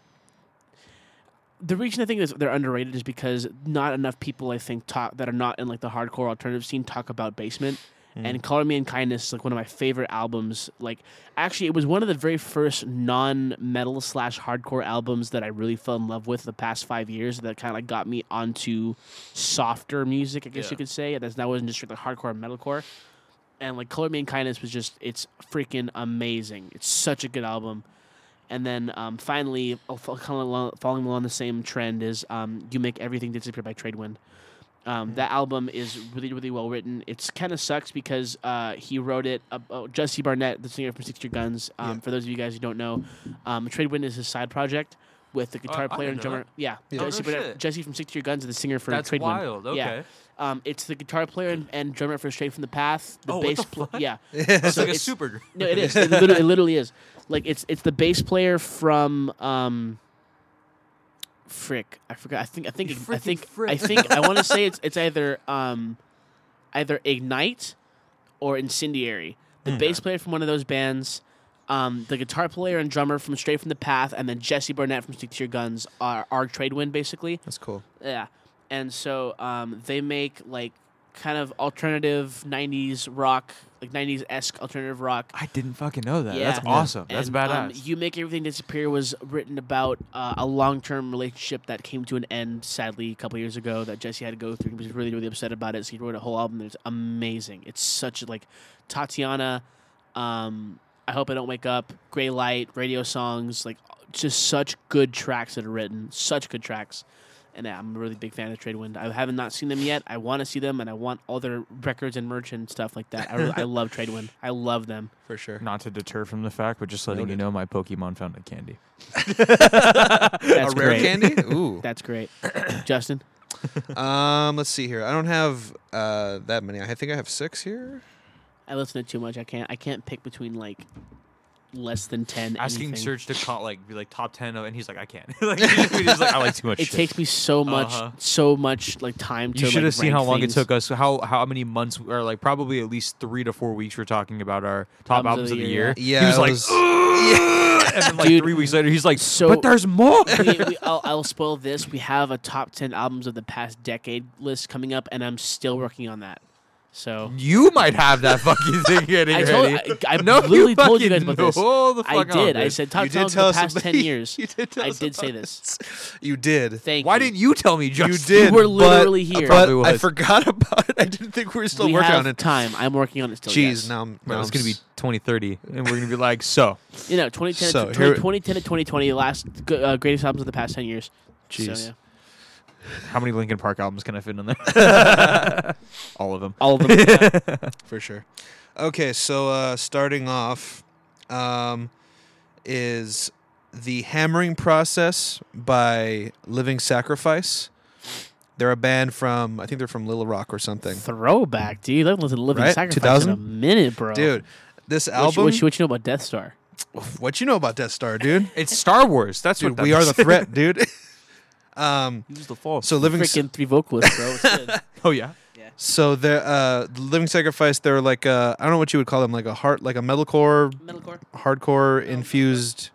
S1: the reason I think is they're underrated is because not enough people I think talk that are not in like the hardcore alternative scene talk about Basement. And "Color Me in Kindness" is like one of my favorite albums. Like, actually, it was one of the very first non-metal slash hardcore albums that I really fell in love with the past five years. That kind of like got me onto softer music, I guess
S2: Yeah.
S1: you could say. That's that wasn't just strictly hardcore and metalcore. And like Color Me and Kindness was just it's freaking amazing. It's such a good album. And then um, finally, I'll fo- kinda along- following along the same trend is um, "You Make Everything Disappear" by Tradewind.
S2: Hmm.
S1: Um, that album is really, really well written. It's kind of sucks because uh, he wrote it. Uh, oh, Jesse Barnett, the singer from Sixty Guns. Um, For those of you guys who don't know, um, Tradewind is his side project with the guitar
S2: Oh, I
S1: player and
S2: didn't know
S1: drummer. Yeah,
S2: Oh,
S1: Jesse,
S2: no
S1: Barnett-
S2: shit.
S1: Jesse from Sixty Guns is the singer for
S2: That's
S1: Tradewind.
S2: wild. Okay.
S1: Yeah. Um, it's the guitar player and, and drummer for Straight from the Path. The
S2: Oh, what
S1: bass
S2: the
S1: pl-
S2: fuck?
S1: yeah.
S2: That's
S1: So
S2: like a
S1: it's-
S2: super. dr-
S1: No, it is. It literally, it literally is. Like it's it's the bass player from um Frick. I forgot. I think I think
S2: You
S1: I
S2: freaking
S1: think I
S2: Frick.
S1: think I want to say it's it's either um either Ignite or Incendiary. The bass player from one of those bands um, the guitar player and drummer from Straight from the Path, and then Jesse Barnett from Stick to Your Guns are our trade win, basically.
S3: That's cool.
S1: Yeah. And so um, they make like kind of alternative 90s rock, like 90s esque alternative rock.
S2: I didn't fucking know that.
S1: Yeah.
S2: That's awesome. That's
S1: And, um,
S2: badass.
S1: you Make Everything Disappear was written about uh, a long term relationship that came to an end, sadly, a couple years ago that Jesse had to go through. He was really, really upset about it. So he wrote a whole album that's amazing. It's such like Tatiana, um, I Hope I Don't Wake Up, Gray Light, radio songs, like just such good tracks that are written, such good tracks. And yeah, I'm a really big fan of Tradewind. I haven't not seen them yet. I want to see them, and I want all their records and merch and stuff like that. I, really, I love Tradewind. I love them.
S3: For sure.
S4: Not to deter from the fact, but just letting you know, my Pokemon found a candy.
S1: That's
S3: a rare
S1: great.
S3: candy? Ooh.
S1: That's great. Justin?
S3: um, let's see here. I don't have uh that many. I think I have six here.
S1: I listen to too much. I can't I can't pick between like less than ten.
S2: Asking
S1: anything.
S2: Serge to call, like be like top ten, of, and he's like, I can't. like, he's just like, I like too much.
S1: It
S2: shit.
S1: takes me so much
S2: Uh-huh.
S1: so much like time to
S2: You should
S1: like,
S2: have seen
S1: rank
S2: how long
S1: things.
S2: it took us. How how many months or like probably at least three to four weeks. We're talking about our top albums of the year.
S3: Yeah.
S2: he was
S3: it
S2: like,
S3: was-
S2: and then like
S1: Dude,
S2: three weeks later, he's like,
S1: so-
S2: but there's more.
S1: we, we, I'll, I'll spoil this. We have a top 10 albums of the past decade list coming up, and I'm still working on that. So
S2: you might have that fucking thing getting
S1: I told,
S2: ready.
S1: I, I
S2: No, you
S1: literally told you guys
S2: fucking
S1: about this.
S2: know the
S1: I
S2: fuck on,
S1: did. I
S2: dude.
S1: said top
S3: You
S1: 10
S3: did
S1: albums of
S3: tell us
S1: the past
S3: about-
S1: 10 years.
S3: you did tell
S1: I
S3: us
S1: did say
S3: about
S1: this.
S3: you did.
S1: Thank
S2: Why
S1: you.
S2: didn't you tell me, Justin?
S3: You did.
S1: were
S3: but-
S1: literally here. I
S3: But
S2: probably
S3: I
S2: was.
S3: forgot about it. I didn't think we were still
S1: we
S3: working
S1: have
S3: on it.
S1: time. I'm working on it still.
S3: Jeez,
S1: yes.
S3: now, I'm-
S2: Bro,
S3: now
S2: it's
S3: I'm
S2: gonna be
S3: s-
S2: 2030, and we're gonna be like, so
S1: You know, 2010,
S3: So,
S1: to,
S3: here-
S1: 2010 to 2020, the last g- uh, greatest albums of the past 10 years.
S3: Jeez.
S1: So, yeah.
S2: how many Linkin Park albums can I fit in there? All of them.
S1: All of them. Yeah.
S3: for sure. Okay, so uh, starting off um, is the Hammering Process by Living Sacrifice. They're a band from I think they're from Little Rock or something.
S1: Throwback, dude. I haven't listened to Living
S3: Right?
S1: Sacrifice in a
S3: 2000?
S1: minute, bro.
S3: Dude, this
S1: What you,
S3: album.
S1: what, you, what you know about Death Star?
S3: what you know about Death Star, dude?
S2: It's Star Wars. That's
S3: Dude,
S2: what that
S3: we are
S2: is.
S3: the threat, dude. um,
S2: Use the fall.
S3: so Living
S1: Freaking three vocalists, bro. It's good.
S2: oh yeah.
S3: So they're uh, Living Sacrifice. They're like I I don't know what you would call them, like a heart, like a metalcore,
S1: Metalcore.
S3: hardcore infused,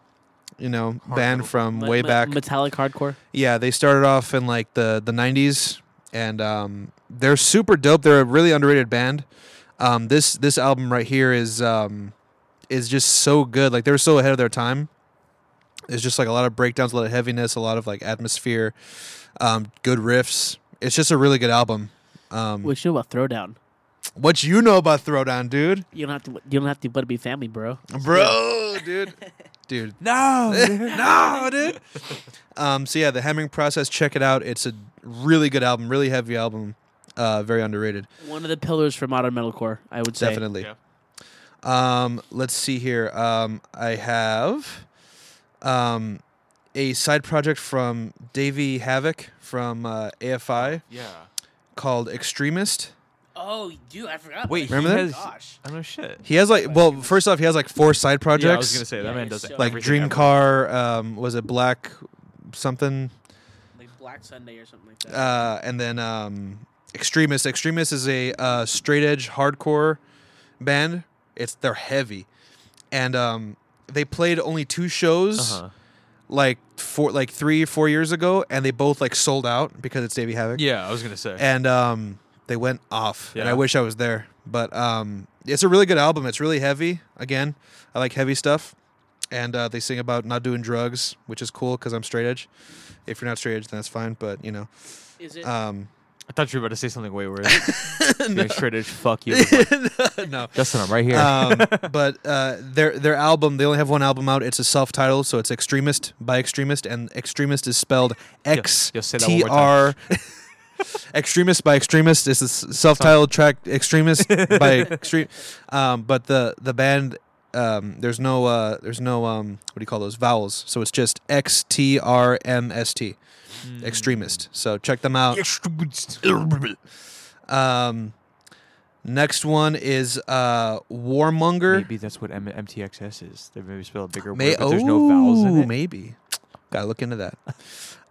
S3: you know, band from
S1: Me-
S3: way
S1: me-
S3: back. Mm.
S1: Metallic hardcore.
S3: yeah, they started off in like the the '90s, and um, they're super dope. They're a really underrated band. Um, this this album right here is um, is just so good. Like they were so ahead of their time. It's just like a lot of breakdowns, a lot of heaviness, a lot of like atmosphere, um, good riffs. It's just a really good album. Um,
S1: What you know about Throwdown?
S3: what you know about Throwdown, dude?
S1: You don't have to. You don't have to, but be family, bro.
S3: Bro, dude. Dude.
S2: No.
S3: no, dude. Um, so yeah, the Hammering Process, check it out. It's a really good album, really heavy album. Uh, very underrated.
S1: One of the pillars for modern metalcore, I would say.
S3: Definitely. Um, let's see here. Um, I have um, a side project from Davey Havoc from uh, AFI
S2: yeah.
S3: called Extremist.
S1: Oh, dude, I forgot.
S2: Wait,
S3: Remember
S2: he
S3: that?
S2: Has, I know shit.
S3: He has like, well, first off, he has like four side projects.
S2: Yeah, I was gonna say
S1: Yeah,
S2: that man
S1: it's
S2: does
S1: so-
S3: like
S2: everything
S3: Dream
S2: ever.
S3: Car, um, was it Black something?
S1: Like Black Sunday or something like that.
S3: Uh, and then um, Extremist. Extremist is a uh, straight edge hardcore band. It's they're heavy, and um, they played only two shows
S2: Uh-huh.
S3: like four, like three, four years ago, and they both like sold out because it's Davey Havoc.
S2: Yeah, I was gonna say.
S3: And um, they went off, and I
S2: Yeah.
S3: wish I was there. But um, it's a really good album. It's really heavy. Again, I like heavy stuff. And uh, they sing about not doing drugs, which is cool because I'm straight edge. If you're not straight edge, then that's fine. But you know,
S1: Is it?
S3: um,
S2: I thought you were about to say something way worse. You're straight edge. Fuck you. no. Justin, I'm right here.
S3: um, but uh, their their album they only have one album out. It's a self title, so it's Extremist by Extremist, and Extremist is spelled X
S2: yes, say that one
S3: T
S2: more
S3: R. Extremist by Extremist is a self titled track. Extremist by Extreme, um, but the the band. Um, there's no uh, there's no um, what do you call those vowels? So it's just X T R M S T,
S2: Hmm.
S3: extremist. So check them out. Um, next one is uh, Warmonger.
S2: Maybe that's what M- MTXS is. They maybe spell a bigger
S3: May-
S2: word, but there's no vowels in
S3: Ooh,
S2: it.
S3: Maybe. Gotta look into that.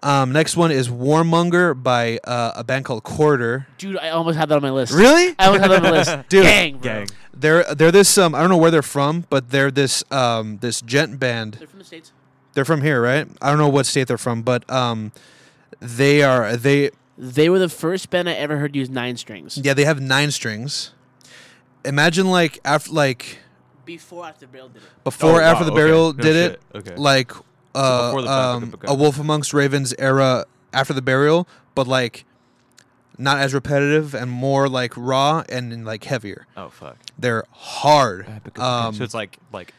S3: Um, next one is Warmonger by uh, a band called Quarter.
S1: dude, I almost had that on my list.
S3: Really?
S1: I almost had that on my list.
S3: Dude.
S1: Gang, bro.
S2: Gang.
S3: They're they're this um I don't know where they're from, but they're this um this gent band.
S1: They're from the states.
S3: They're from here, right? I don't know what state they're from, but um they are they
S1: They were the first band I ever heard use nine strings.
S3: yeah, they have nine strings. Imagine like after like
S1: Before After Bill did it.
S3: before
S2: Oh,
S3: after
S2: wow,
S3: the
S2: okay.
S3: burial
S2: No
S3: did
S2: shit.
S3: it
S2: Okay.
S3: like uh,
S2: before the Back of the
S3: um,
S2: Book.
S3: a wolf amongst ravens era after the burial but like not as repetitive and more like raw and like heavier
S2: Oh fuck.
S3: they're hard um,
S2: so it's like like.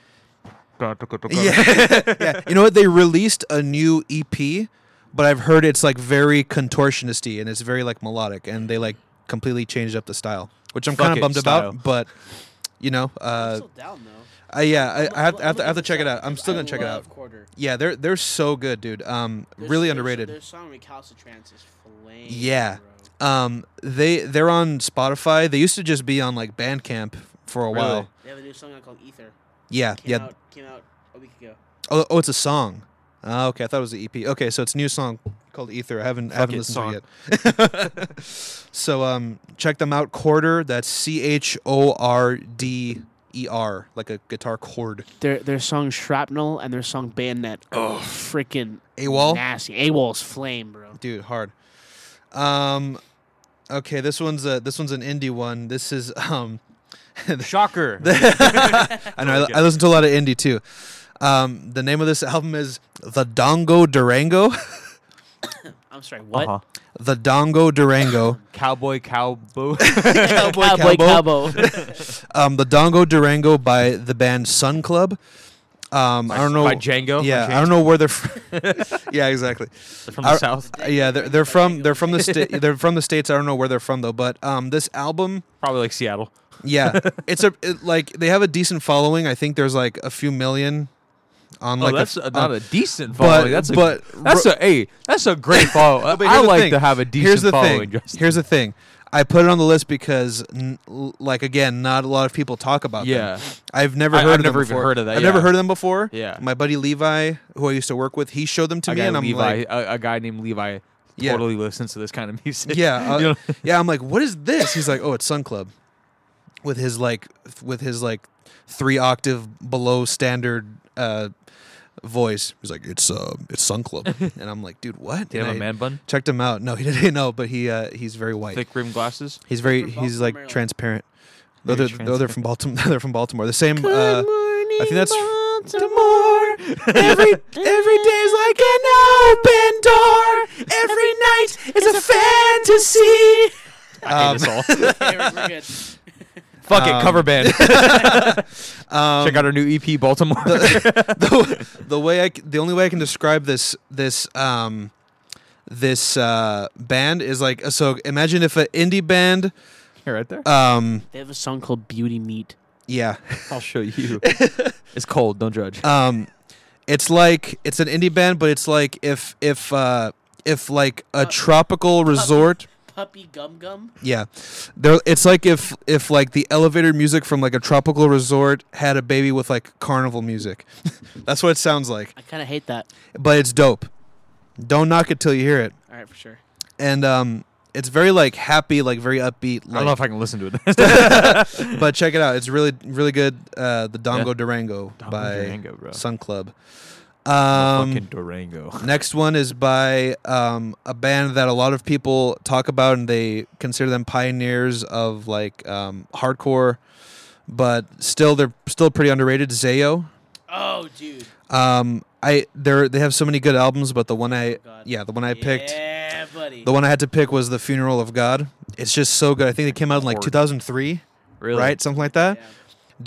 S3: yeah, yeah. You know what? They released a new EP, but I've heard it's like very contortionisty and it's very like melodic, and they like completely changed up the style, which I'm
S2: Fuck
S3: kind of
S2: it,
S3: bummed
S2: style.
S3: about. But you know, uh,
S1: down though.
S3: I, yeah, I, I, have, I, have to, I have to check it out. I'm still gonna check it out.
S1: Quarter.
S3: Yeah, they're they're so good, dude. Um, really underrated.
S1: Their song Recalcitrance is flame.
S3: Yeah. Um, they they're on Spotify. They used to just be on like Bandcamp for a while.
S1: They have a new song out called Ether.
S3: Yeah,
S1: Came
S3: yeah.
S1: Out, came out a week ago.
S3: Oh, oh, it's a song. Ah, okay, I thought it was an EP. Okay, so it's a new song called Ether. I haven't I haven't
S2: it,
S3: listened to it yet. so um, check them out. Quarter. That's C H O R D er like a guitar chord.
S1: Their their song Shrapnel and their song Bayonet. Oh, freaking
S3: AWOL?
S1: nasty. AWOL's flame, bro.
S3: dude hard um okay this one's a this one's an indie one this is um
S2: Shocker.
S3: i know I, I listen to a lot of indie too um the name of this album is the dongo durango
S1: I'm sorry. What?
S4: Uh-huh.
S3: the dongo durango
S2: Cowboy cowboy.
S3: Cowboy
S1: Cowboy
S3: Cowbo.
S1: Cowbo.
S3: um the dongo durango by the band sun club um i don't know
S2: By Django.
S3: yeah i don't know where they're from yeah exactly
S2: From the
S3: I-
S2: south.
S3: yeah they're, they're from they're from the state they're from the states i don't know where they're from though but um this album
S2: Probably like Seattle.
S3: Yeah, it's a it, like they have a decent following. I think there's like a few million on like
S2: oh,
S3: a-
S2: that's a,
S3: on-
S2: not a decent following. that's a,
S3: but-
S2: that's a hey, that's a great follow. I-
S3: But
S2: I
S3: here's the
S2: like
S3: thing.
S2: to have a decent
S3: here's the
S2: following.
S3: Thing.
S2: Justin.
S3: Here's the thing. I put it on the list because, n- l- like, again, not a lot of people talk about
S2: Yeah.
S3: them. I've never
S2: I-
S3: heard
S2: I've
S3: of
S2: never
S3: them
S2: even
S3: before.
S2: heard of that,
S3: I've never
S2: yeah.
S3: heard of them before.
S2: Yeah.
S3: My buddy Levi, who I used to work with, he showed them to
S2: a
S3: me,
S2: guy,
S3: and I'm
S2: Levi,
S3: like,
S2: a, a guy named Levi,
S3: Yeah.
S2: totally listens to this kind of music.
S3: yeah, uh,
S2: You know?
S3: yeah. I'm like, what is this? He's like, oh, it's Sun Club, with his like, f- with his like, three octave below standard uh, voice. He's like, it's uh, it's Sun Club, and I'm like, dude, what?
S2: Do you
S3: And
S2: have
S3: I
S2: a man bun?
S3: Checked him out. No, he didn't know, but he uh, he's very white.
S2: Thick rim glasses.
S3: He's very
S1: From
S3: he's
S1: Baltimore,
S3: like
S1: Maryland.
S3: transparent. Though
S2: Very
S3: they're, though they're from Baltimore. They're from Baltimore. The same. Uh,
S2: I
S3: think that's-
S2: Baltimore. every every day is like an open door. Every night is a fantasy. I hate us all.
S1: Okay, we're- we're good.
S2: Fuck
S3: Um,
S2: it, cover band. Check out our new EP, Baltimore.
S3: the, the way I c- the only way I can describe this this um this uh band is like so imagine if an indie band
S2: Here, right there.
S3: um
S1: They have a song called Beauty Meat.
S3: yeah
S2: I'll show you. it's cold. Don't judge.
S3: um it's like it's an indie band but it's like if if uh if like
S1: Uh,
S3: a tropical resort
S1: Puppy Gum Gum.
S3: yeah there it's like if if like the elevator music from like a tropical resort had a baby with like carnival music that's what it sounds like
S1: I kind of hate that.
S3: but it's dope don't knock it till you hear it
S1: All right, for sure.
S3: and um it's very like happy like very upbeat
S2: I don't know
S3: like,
S2: if I can listen to it.
S3: but check it out it's really really good uh the dongo
S2: Yeah.
S3: durango
S2: Dongo
S3: by
S2: Durango, bro.
S3: sun club
S2: Fucking
S3: um
S2: Durango.
S3: next one is by um a band that a lot of people talk about and they consider them pioneers of like um hardcore but still they're still pretty underrated zayo
S1: Oh, dude.
S3: um i they're they have so many good albums but the one i
S1: God.
S3: yeah the one i picked
S1: Yeah, buddy.
S3: The one I had to pick was The Funeral of God. It's just so good. I think it came out in like
S2: Lord.
S3: 2003,
S2: Really?
S3: right? Something like that.
S1: yeah.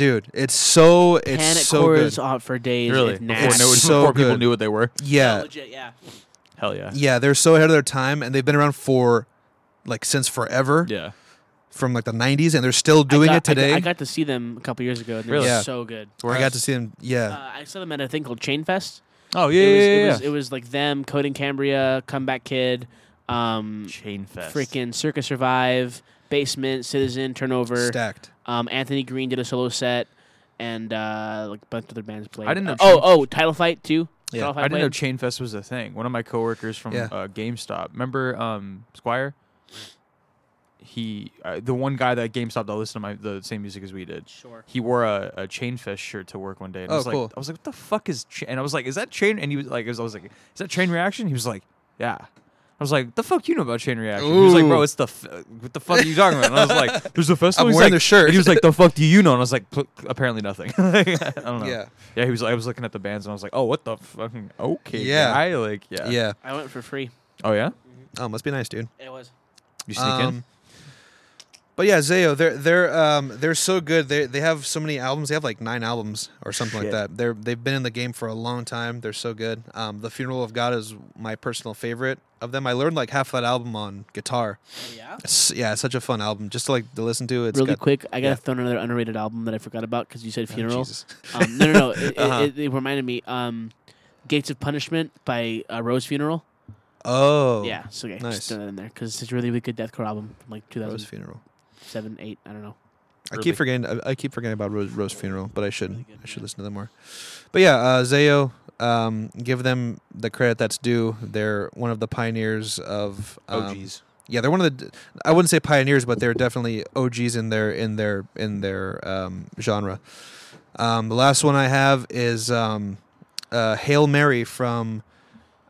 S3: Dude, it's so it's
S1: Panic
S3: so
S1: Core
S3: good.
S1: is out for days.
S2: Really?
S1: It's
S2: Before,
S1: nasty.
S2: no-
S3: so
S2: before people
S3: good.
S2: knew what they were.
S3: Yeah.
S1: Legit, yeah.
S2: Hell yeah.
S3: Yeah, they're so ahead of their time and they've been around for like since forever
S2: Yeah.
S3: from like the 90s and they're still
S1: I
S3: doing
S1: got-
S3: it
S1: I got-
S3: today.
S1: I got, to see them a couple years ago, and they
S2: Really?
S1: were
S3: Yeah.
S1: so good.
S3: I got to see them.
S1: Uh,
S3: Yeah.
S1: I saw them at a thing called Chainfest.
S2: Oh
S1: it was,
S2: yeah, yeah,
S1: it,
S2: yeah.
S1: was, it was like them, Code and Cambria, Comeback Kid, um,
S2: Chain fest.
S1: freaking Circus Survive, Basement, Citizen, Turnover.
S3: Stacked.
S1: Um, Anthony Green did a solo set, and uh, like a bunch of other bands played.
S2: I didn't
S1: Uh,
S2: know
S1: oh, oh, Title Fight too.
S3: Yeah,
S1: Title Fight
S2: I didn't know
S1: played.
S2: Chain Fest was a thing. One of my coworkers from
S3: Yeah.
S2: uh, GameStop. Remember um, Squire? He, uh, the one guy that at GameStop that listened to my the same music as we did.
S1: Sure.
S2: He wore a, a Chain Fest shirt to work one day. And I
S3: Oh,
S2: was like,
S3: cool.
S2: I was like, what the fuck is? Chain? And I was like, is that Chain? And he was like, I was, I was like, is that Chain Reaction? He was like, yeah. I was like, the fuck you know about Chain Reaction? He was like,
S3: Ooh.
S2: bro, it's the f- what the fuck are you talking about? And I was like, there's a festival.
S3: I'm
S2: He's
S3: wearing
S2: like-
S3: their shirt.
S2: And he was like, the fuck do you know? And I was like, "P- apparently nothing. I don't know.
S3: Yeah.
S2: Yeah, he was. I was looking at the bands and I was like, oh, what the fucking okay,
S3: Yeah.
S2: yeah, guy? like yeah,
S3: Yeah.
S1: I went for free.
S2: Oh yeah,
S3: Oh, must be nice, dude.
S1: It was.
S2: you sneak
S3: Um, But yeah, Zayo, they're they're um they're so good. They they have so many albums. They have like nine albums or something
S2: Shit.
S3: like that. They're they've been in the game for a long time. They're so good. Um, the Funeral of God is my personal favorite of them. I learned like half that album on guitar.
S1: oh, yeah.
S3: It's, yeah, it's such a fun album. Just to, like to listen to. It's
S1: really
S3: got-
S1: quick, I gotta
S3: yeah.
S1: throw in another underrated album that I forgot about because you said
S3: Oh,
S1: funeral.
S3: Jesus.
S1: um, no, no, no. It,
S3: Uh-huh.
S1: it, it, reminded me. Um, Gates of Punishment by uh, Rose Funeral.
S3: Oh
S1: yeah, so okay,
S3: nice.
S1: just throw that in there because it's a really, really good deathcore album from like
S3: Rose
S1: 2007,
S3: Funeral.
S1: 8. I don't know.
S3: I
S2: Early.
S3: keep forgetting. I, I keep forgetting about Rose, Rose Funeral, but I should
S1: Really good,
S3: I should
S1: yeah.
S3: listen to them more. But yeah, uh, Zayo, um, give them the credit that's due. They're one of the pioneers of um,
S2: OGs.
S3: yeah, they're one of the I wouldn't say pioneers, but they're definitely OGs in their in their in their um, genre. Um, the last one I have is um, uh, Hail Mary from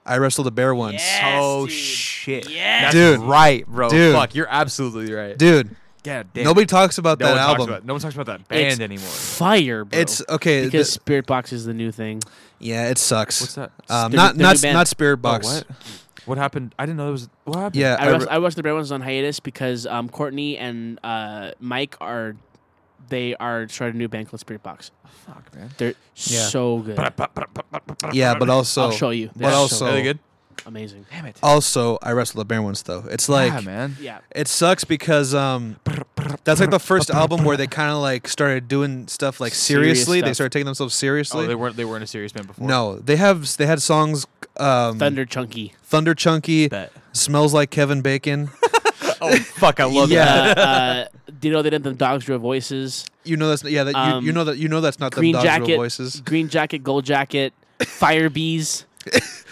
S3: I Wrestled a Bear Once.
S1: Yes,
S2: oh
S1: dude.
S2: shit,
S1: Yes,
S2: That's
S3: Dude.
S2: right, bro?
S3: Dude.
S2: Fuck, you're absolutely right.
S3: Dude,
S2: God damn.
S3: nobody talks about
S2: no
S3: that
S2: one
S3: album.
S2: Talks about, no one talks about that
S1: It's
S2: band anymore.
S1: Fire, bro.
S3: It's uh, okay.
S1: because
S3: th-
S1: Spirit Box is the new thing.
S3: yeah, it sucks.
S2: What's that?
S3: Um,
S1: They're-
S3: not
S1: they're
S3: not
S1: new band.
S3: not Spirit
S2: Oh,
S3: Box.
S2: what? What happened? I didn't know there was. What happened?
S3: Yeah,
S1: I,
S3: I
S1: watched
S3: re-
S1: I watched the Bear ones on hiatus because um, Courtney and uh, Mike are they are starting a new band called Spirit Box.
S2: Fuck, man.
S1: They're so good.
S3: yeah, but also
S1: I'll show you. They
S3: But
S1: are
S3: also,
S2: Are they good?
S1: Amazing.
S2: Damn it.
S3: also I Wrestled a Bear Once though. It's like
S2: yeah, man.
S1: Yeah.
S3: it sucks because um that's like the first album where they kind of like started doing stuff like
S1: Serious
S3: seriously. They
S1: stuff.
S3: started taking themselves seriously.
S2: Oh, they weren't. They weren't a serious band before.
S3: no, they have they had songs um,
S1: Thunder Chunky.
S3: Thunder Chunky,
S2: Bet.
S3: smells like Kevin Bacon.
S2: Oh fuck, I love
S3: Yeah.
S2: that.
S1: Uh, uh, do you know they did them Dogs Draw Voices?
S3: you know that's yeah that you,
S1: Um,
S3: you know that you know that's not the
S1: Green
S3: dogs
S1: Jacket.
S3: real voices.
S1: Green Jacket, Gold Jacket, Fire Bees,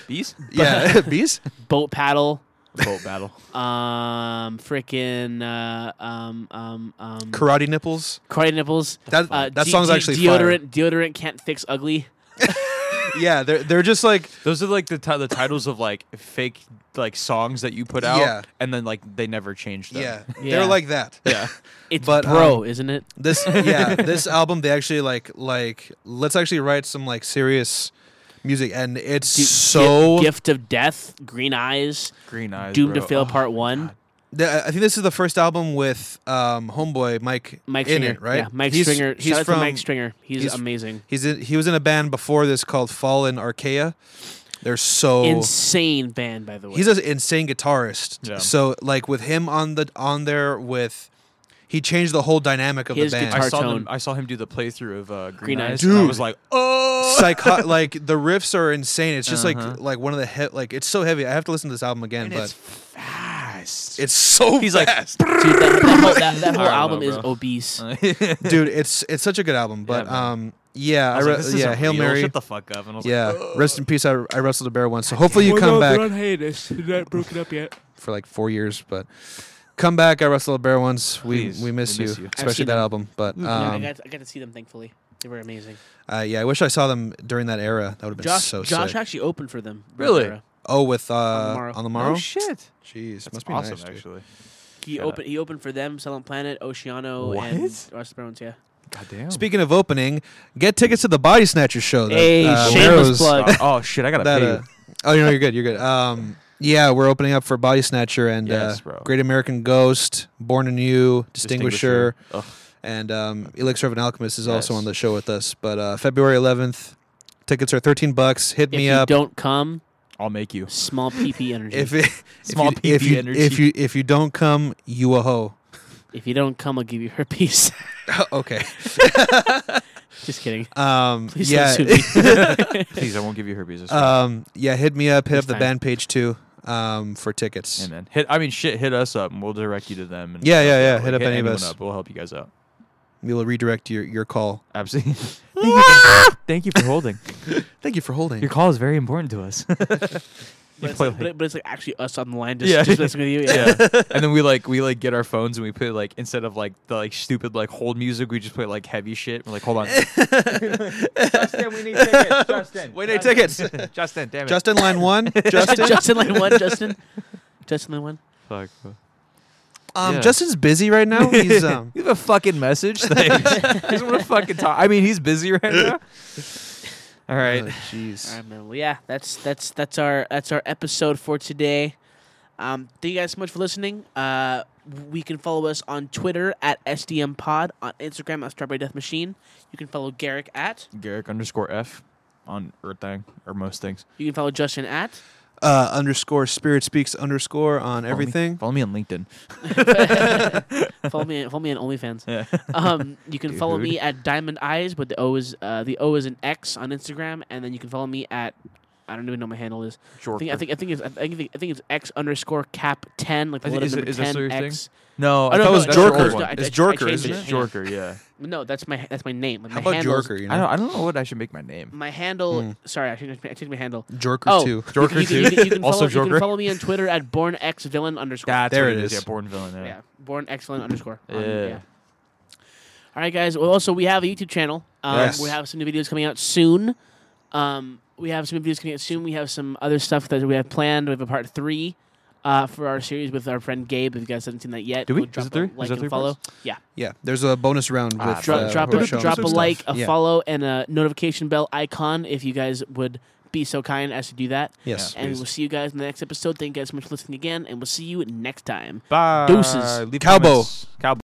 S2: Bees.
S3: Yeah, bees.
S1: Boat Paddle,
S2: Boat battle.
S1: um, freaking uh, um, um, um,
S3: Karate nipples.
S1: Karate Nipples.
S3: That
S1: Uh,
S3: that
S1: de-
S3: song's
S1: de-
S3: actually fire.
S1: deodorant. Deodorant can't fix ugly.
S3: Yeah, they're they're just like
S2: Those are like the ti- the titles of like fake like songs that you put out,
S3: Yeah.
S2: and then like they never changed them.
S3: yeah,
S1: Yeah.
S3: they're like that.
S2: yeah.
S1: It's
S3: But, um,
S1: bro, isn't it?
S3: This yeah, this album they actually like like let's actually write some like serious music and it's
S1: Gi-
S3: so
S1: Gi- gift of death, green eyes,
S2: Green eyes.
S1: doomed to
S2: bro.
S1: fail
S2: Oh,
S1: part one.
S3: The- I think this is the first album with um, homeboy Mike
S1: Mike
S3: in
S1: Stringer,
S3: it, right?
S1: Yeah, Mike
S3: He's-
S1: Stringer.
S3: He's
S1: Shout out
S3: from
S1: to Mike Stringer. He's,
S3: he's-
S1: amazing.
S3: He's in, he was in a band before this called Fallen Archaea. They're so
S1: Insane band, by the way.
S3: Oh. he's an insane guitarist.
S2: Yeah.
S3: So like with him on the on there with he changed the whole dynamic of
S1: His
S3: the
S1: guitar-
S3: band.
S2: I saw
S1: Tone.
S2: them, I saw him do the playthrough of uh, Green,
S1: Green
S2: Eyes.
S1: Eyes.
S2: and I
S3: Dude.
S2: was like, oh,
S3: Psycho- like the riffs are insane. It's just
S2: Uh-huh.
S3: like like one of the hit like it's so heavy. I have to listen to this album again,
S2: and
S3: but
S2: it's fast.
S3: it's so
S2: He's like,
S1: Dude, that, that whole, that, that whole
S2: I don't
S1: album
S2: know,
S1: is
S2: bro.
S1: obese.
S3: Um, dude, it's it's such a good album. But
S2: man.
S3: um yeah, I,
S2: was like,
S3: re-
S2: this
S3: yeah,
S2: isn't
S3: Hail
S2: real.
S3: Mary.
S2: Shut the fuck up. And I was
S3: Yeah,
S2: like,
S3: rest in peace. I, I wrestled a bear once, so hopefully you come back
S1: hiatus. not broken up yet.
S3: for like four years. But come back, I wrestled a bear once. We
S2: Please,
S3: we miss,
S2: we
S3: you,
S2: miss you.
S3: especially
S1: seen
S3: that
S1: them. Mm,
S3: album. But um,
S1: I, got, I got to see them, thankfully. They were amazing.
S3: uh, yeah, I wish I saw them during that era. That would have been
S1: Josh,
S3: so
S1: Josh
S3: sick.
S1: actually opened for them.
S2: Really?
S1: Rivera.
S3: oh, with uh,
S1: Morrow.
S3: on the morrow.
S2: oh shit,
S3: Jeez,
S2: that's
S3: must be
S2: awesome
S3: nice. dude.
S2: actually.
S1: He
S2: Shout
S1: opened. He opened for them, Silent Planet, Oceano, and
S2: What?
S1: Ross Browns. Yeah.
S2: God damn.
S3: Oh. Speaking of opening, get tickets to the Body Snatcher show. That,
S1: Hey,
S3: uh,
S1: shameless
S3: Marrow's-
S1: plug.
S2: Uh, oh shit, I gotta
S3: That,
S2: pay.
S3: uh,
S2: you.
S3: oh, you know you're good. You're good. Um, yeah, we're opening up for Body Snatcher and
S2: Yes,
S3: uh,
S2: bro.
S3: Great American Ghost, Born Anew, Distinguisher.
S2: Ugh.
S3: and um, Elixir of an Alchemist is also
S2: Yes.
S3: on the show with us. But uh, February 11th, tickets are 13 bucks. Hit
S1: If
S3: me
S1: you
S3: up
S1: don't come,
S2: I'll make you.
S1: small PP energy.
S3: if
S1: if,
S3: it,
S2: Small
S3: if you, if
S2: PP
S3: you,
S2: energy.
S3: If you if you don't come, you a hoe.
S1: you don't come, I'll give you herpes.
S3: okay.
S1: Just kidding.
S3: Um,
S1: Please
S3: yeah.
S1: don't sue me.
S2: Please, I won't give you herpes. I swear.
S3: um, yeah. Hit me up. Hit up the
S1: fine.
S3: band page too um, for tickets.
S2: Yeah, man. Hit. I mean, shit. Hit us up, and we'll direct you to them. And
S3: Yeah, yeah, yeah,
S2: Like,
S3: hit up any of
S2: anyone
S3: us.
S2: Up. We'll help you guys out.
S3: We will redirect your your call.
S2: Absolutely. Thank you for- Thank you for holding.
S3: Thank you for holding.
S2: Ah! Your call is very important to us.
S1: But it's,
S2: play
S1: like,
S2: like-
S1: but, it- but it's like actually us on the line just,
S2: Yeah.
S1: just messing with you. Yeah.
S2: yeah. And then we like we like get our phones and we put like instead of like the like stupid like hold music, we just play like heavy shit. We're like, hold on. Justin, we need tickets. Justin.
S3: We need tickets.
S2: Justin, damn it.
S3: Justin line one. Justin.
S1: Justin Lane one. Justin. Justin Lane one.
S2: Fuck.
S3: um,
S2: yeah.
S3: Justin's busy right now. He's um,
S2: You have a fucking message? Thanks. I just want to fucking talk. I mean, he's busy right now. All right.
S3: oh,
S1: All
S3: Jeez.
S1: right, man. Well, yeah, that's that's that's our that's our episode for today. Um, thank you guys so much for listening. Uh, we can follow us on Twitter at SDM Pod, on Instagram at Strawberry Death Machine. You can follow Garrick at.
S2: Garrick underscore F on Earth Thing or most things.
S1: You can follow Justin at.
S3: Uh, underscore spirit speaks underscore on
S2: Follow me-
S3: everything.
S2: Follow me on LinkedIn.
S1: follow me. Follow me on OnlyFans.
S2: Yeah.
S1: Um, you can follow
S2: Dude.
S1: me at Diamond Eyes, but the O is uh, the O is an X on Instagram, and then you can follow me at I don't even know what my handle is. I
S2: Jorker.
S1: think I think I think it's I think, I think it's X underscore cap ten like the
S2: I thi-
S1: letter
S2: is it-
S1: number
S2: is that
S1: ten
S2: still your thing?
S1: X.
S2: no,
S1: Oh, no,
S2: I thought it
S1: no,
S2: was
S1: it's
S2: the old
S1: Jorker.
S2: one.
S1: No, I-
S3: It's
S1: I- I
S3: Jorker,
S1: changed
S3: isn't
S1: it.
S3: it?
S1: Hang on.
S4: Jorker, yeah.
S1: No, that's my that's my name. Like
S3: How
S1: my
S3: about
S1: handle's-
S3: Jorker? You
S2: I
S3: know,
S2: don't, I don't know what I should make my name.
S1: My handle.
S2: Hmm.
S1: Sorry, I changed, my- I changed my handle.
S3: Jorker
S1: oh,
S3: too.
S1: you can-
S2: Jorker
S1: You, can- you can
S2: too. Also
S1: follow, you can
S2: Jorker.
S1: follow me on Twitter at bornxvillain underscore.
S2: That's
S3: There
S2: what
S3: it
S2: it is.
S3: is.
S2: Yeah, born villain. Yeah.
S1: yeah, born excellent underscore. on-
S2: Yeah.
S1: All right, guys. Well, also we have a YouTube channel. Um,
S3: Yes.
S1: We have some new videos coming out soon. Um, we have some videos coming out soon. We have some other stuff that we have planned. We have a part three uh, for our series with our friend Gabe. If you guys haven't seen that yet,
S2: Do we?
S1: Go
S2: Is
S1: drop
S2: it three?
S1: a
S2: Is
S1: Like
S2: that
S1: and
S2: three
S1: follow.
S2: parts?
S1: Yeah.
S3: Yeah, there's a bonus round
S2: Ah,
S3: with
S1: Drop,
S3: uh,
S1: drop,
S3: who
S1: a,
S3: are showing
S1: drop
S3: some
S1: a
S3: stuff.
S1: like, a
S3: Yeah.
S1: follow, and a notification bell icon if you guys would be so kind as to do that.
S3: Yes.
S1: And
S2: please.
S1: we'll see you guys in the next episode. Thank you guys so much for listening again, and we'll see you next time.
S2: Bye.
S1: Deuces.
S2: Leave
S3: Cowbo.
S2: comments. Cowbo.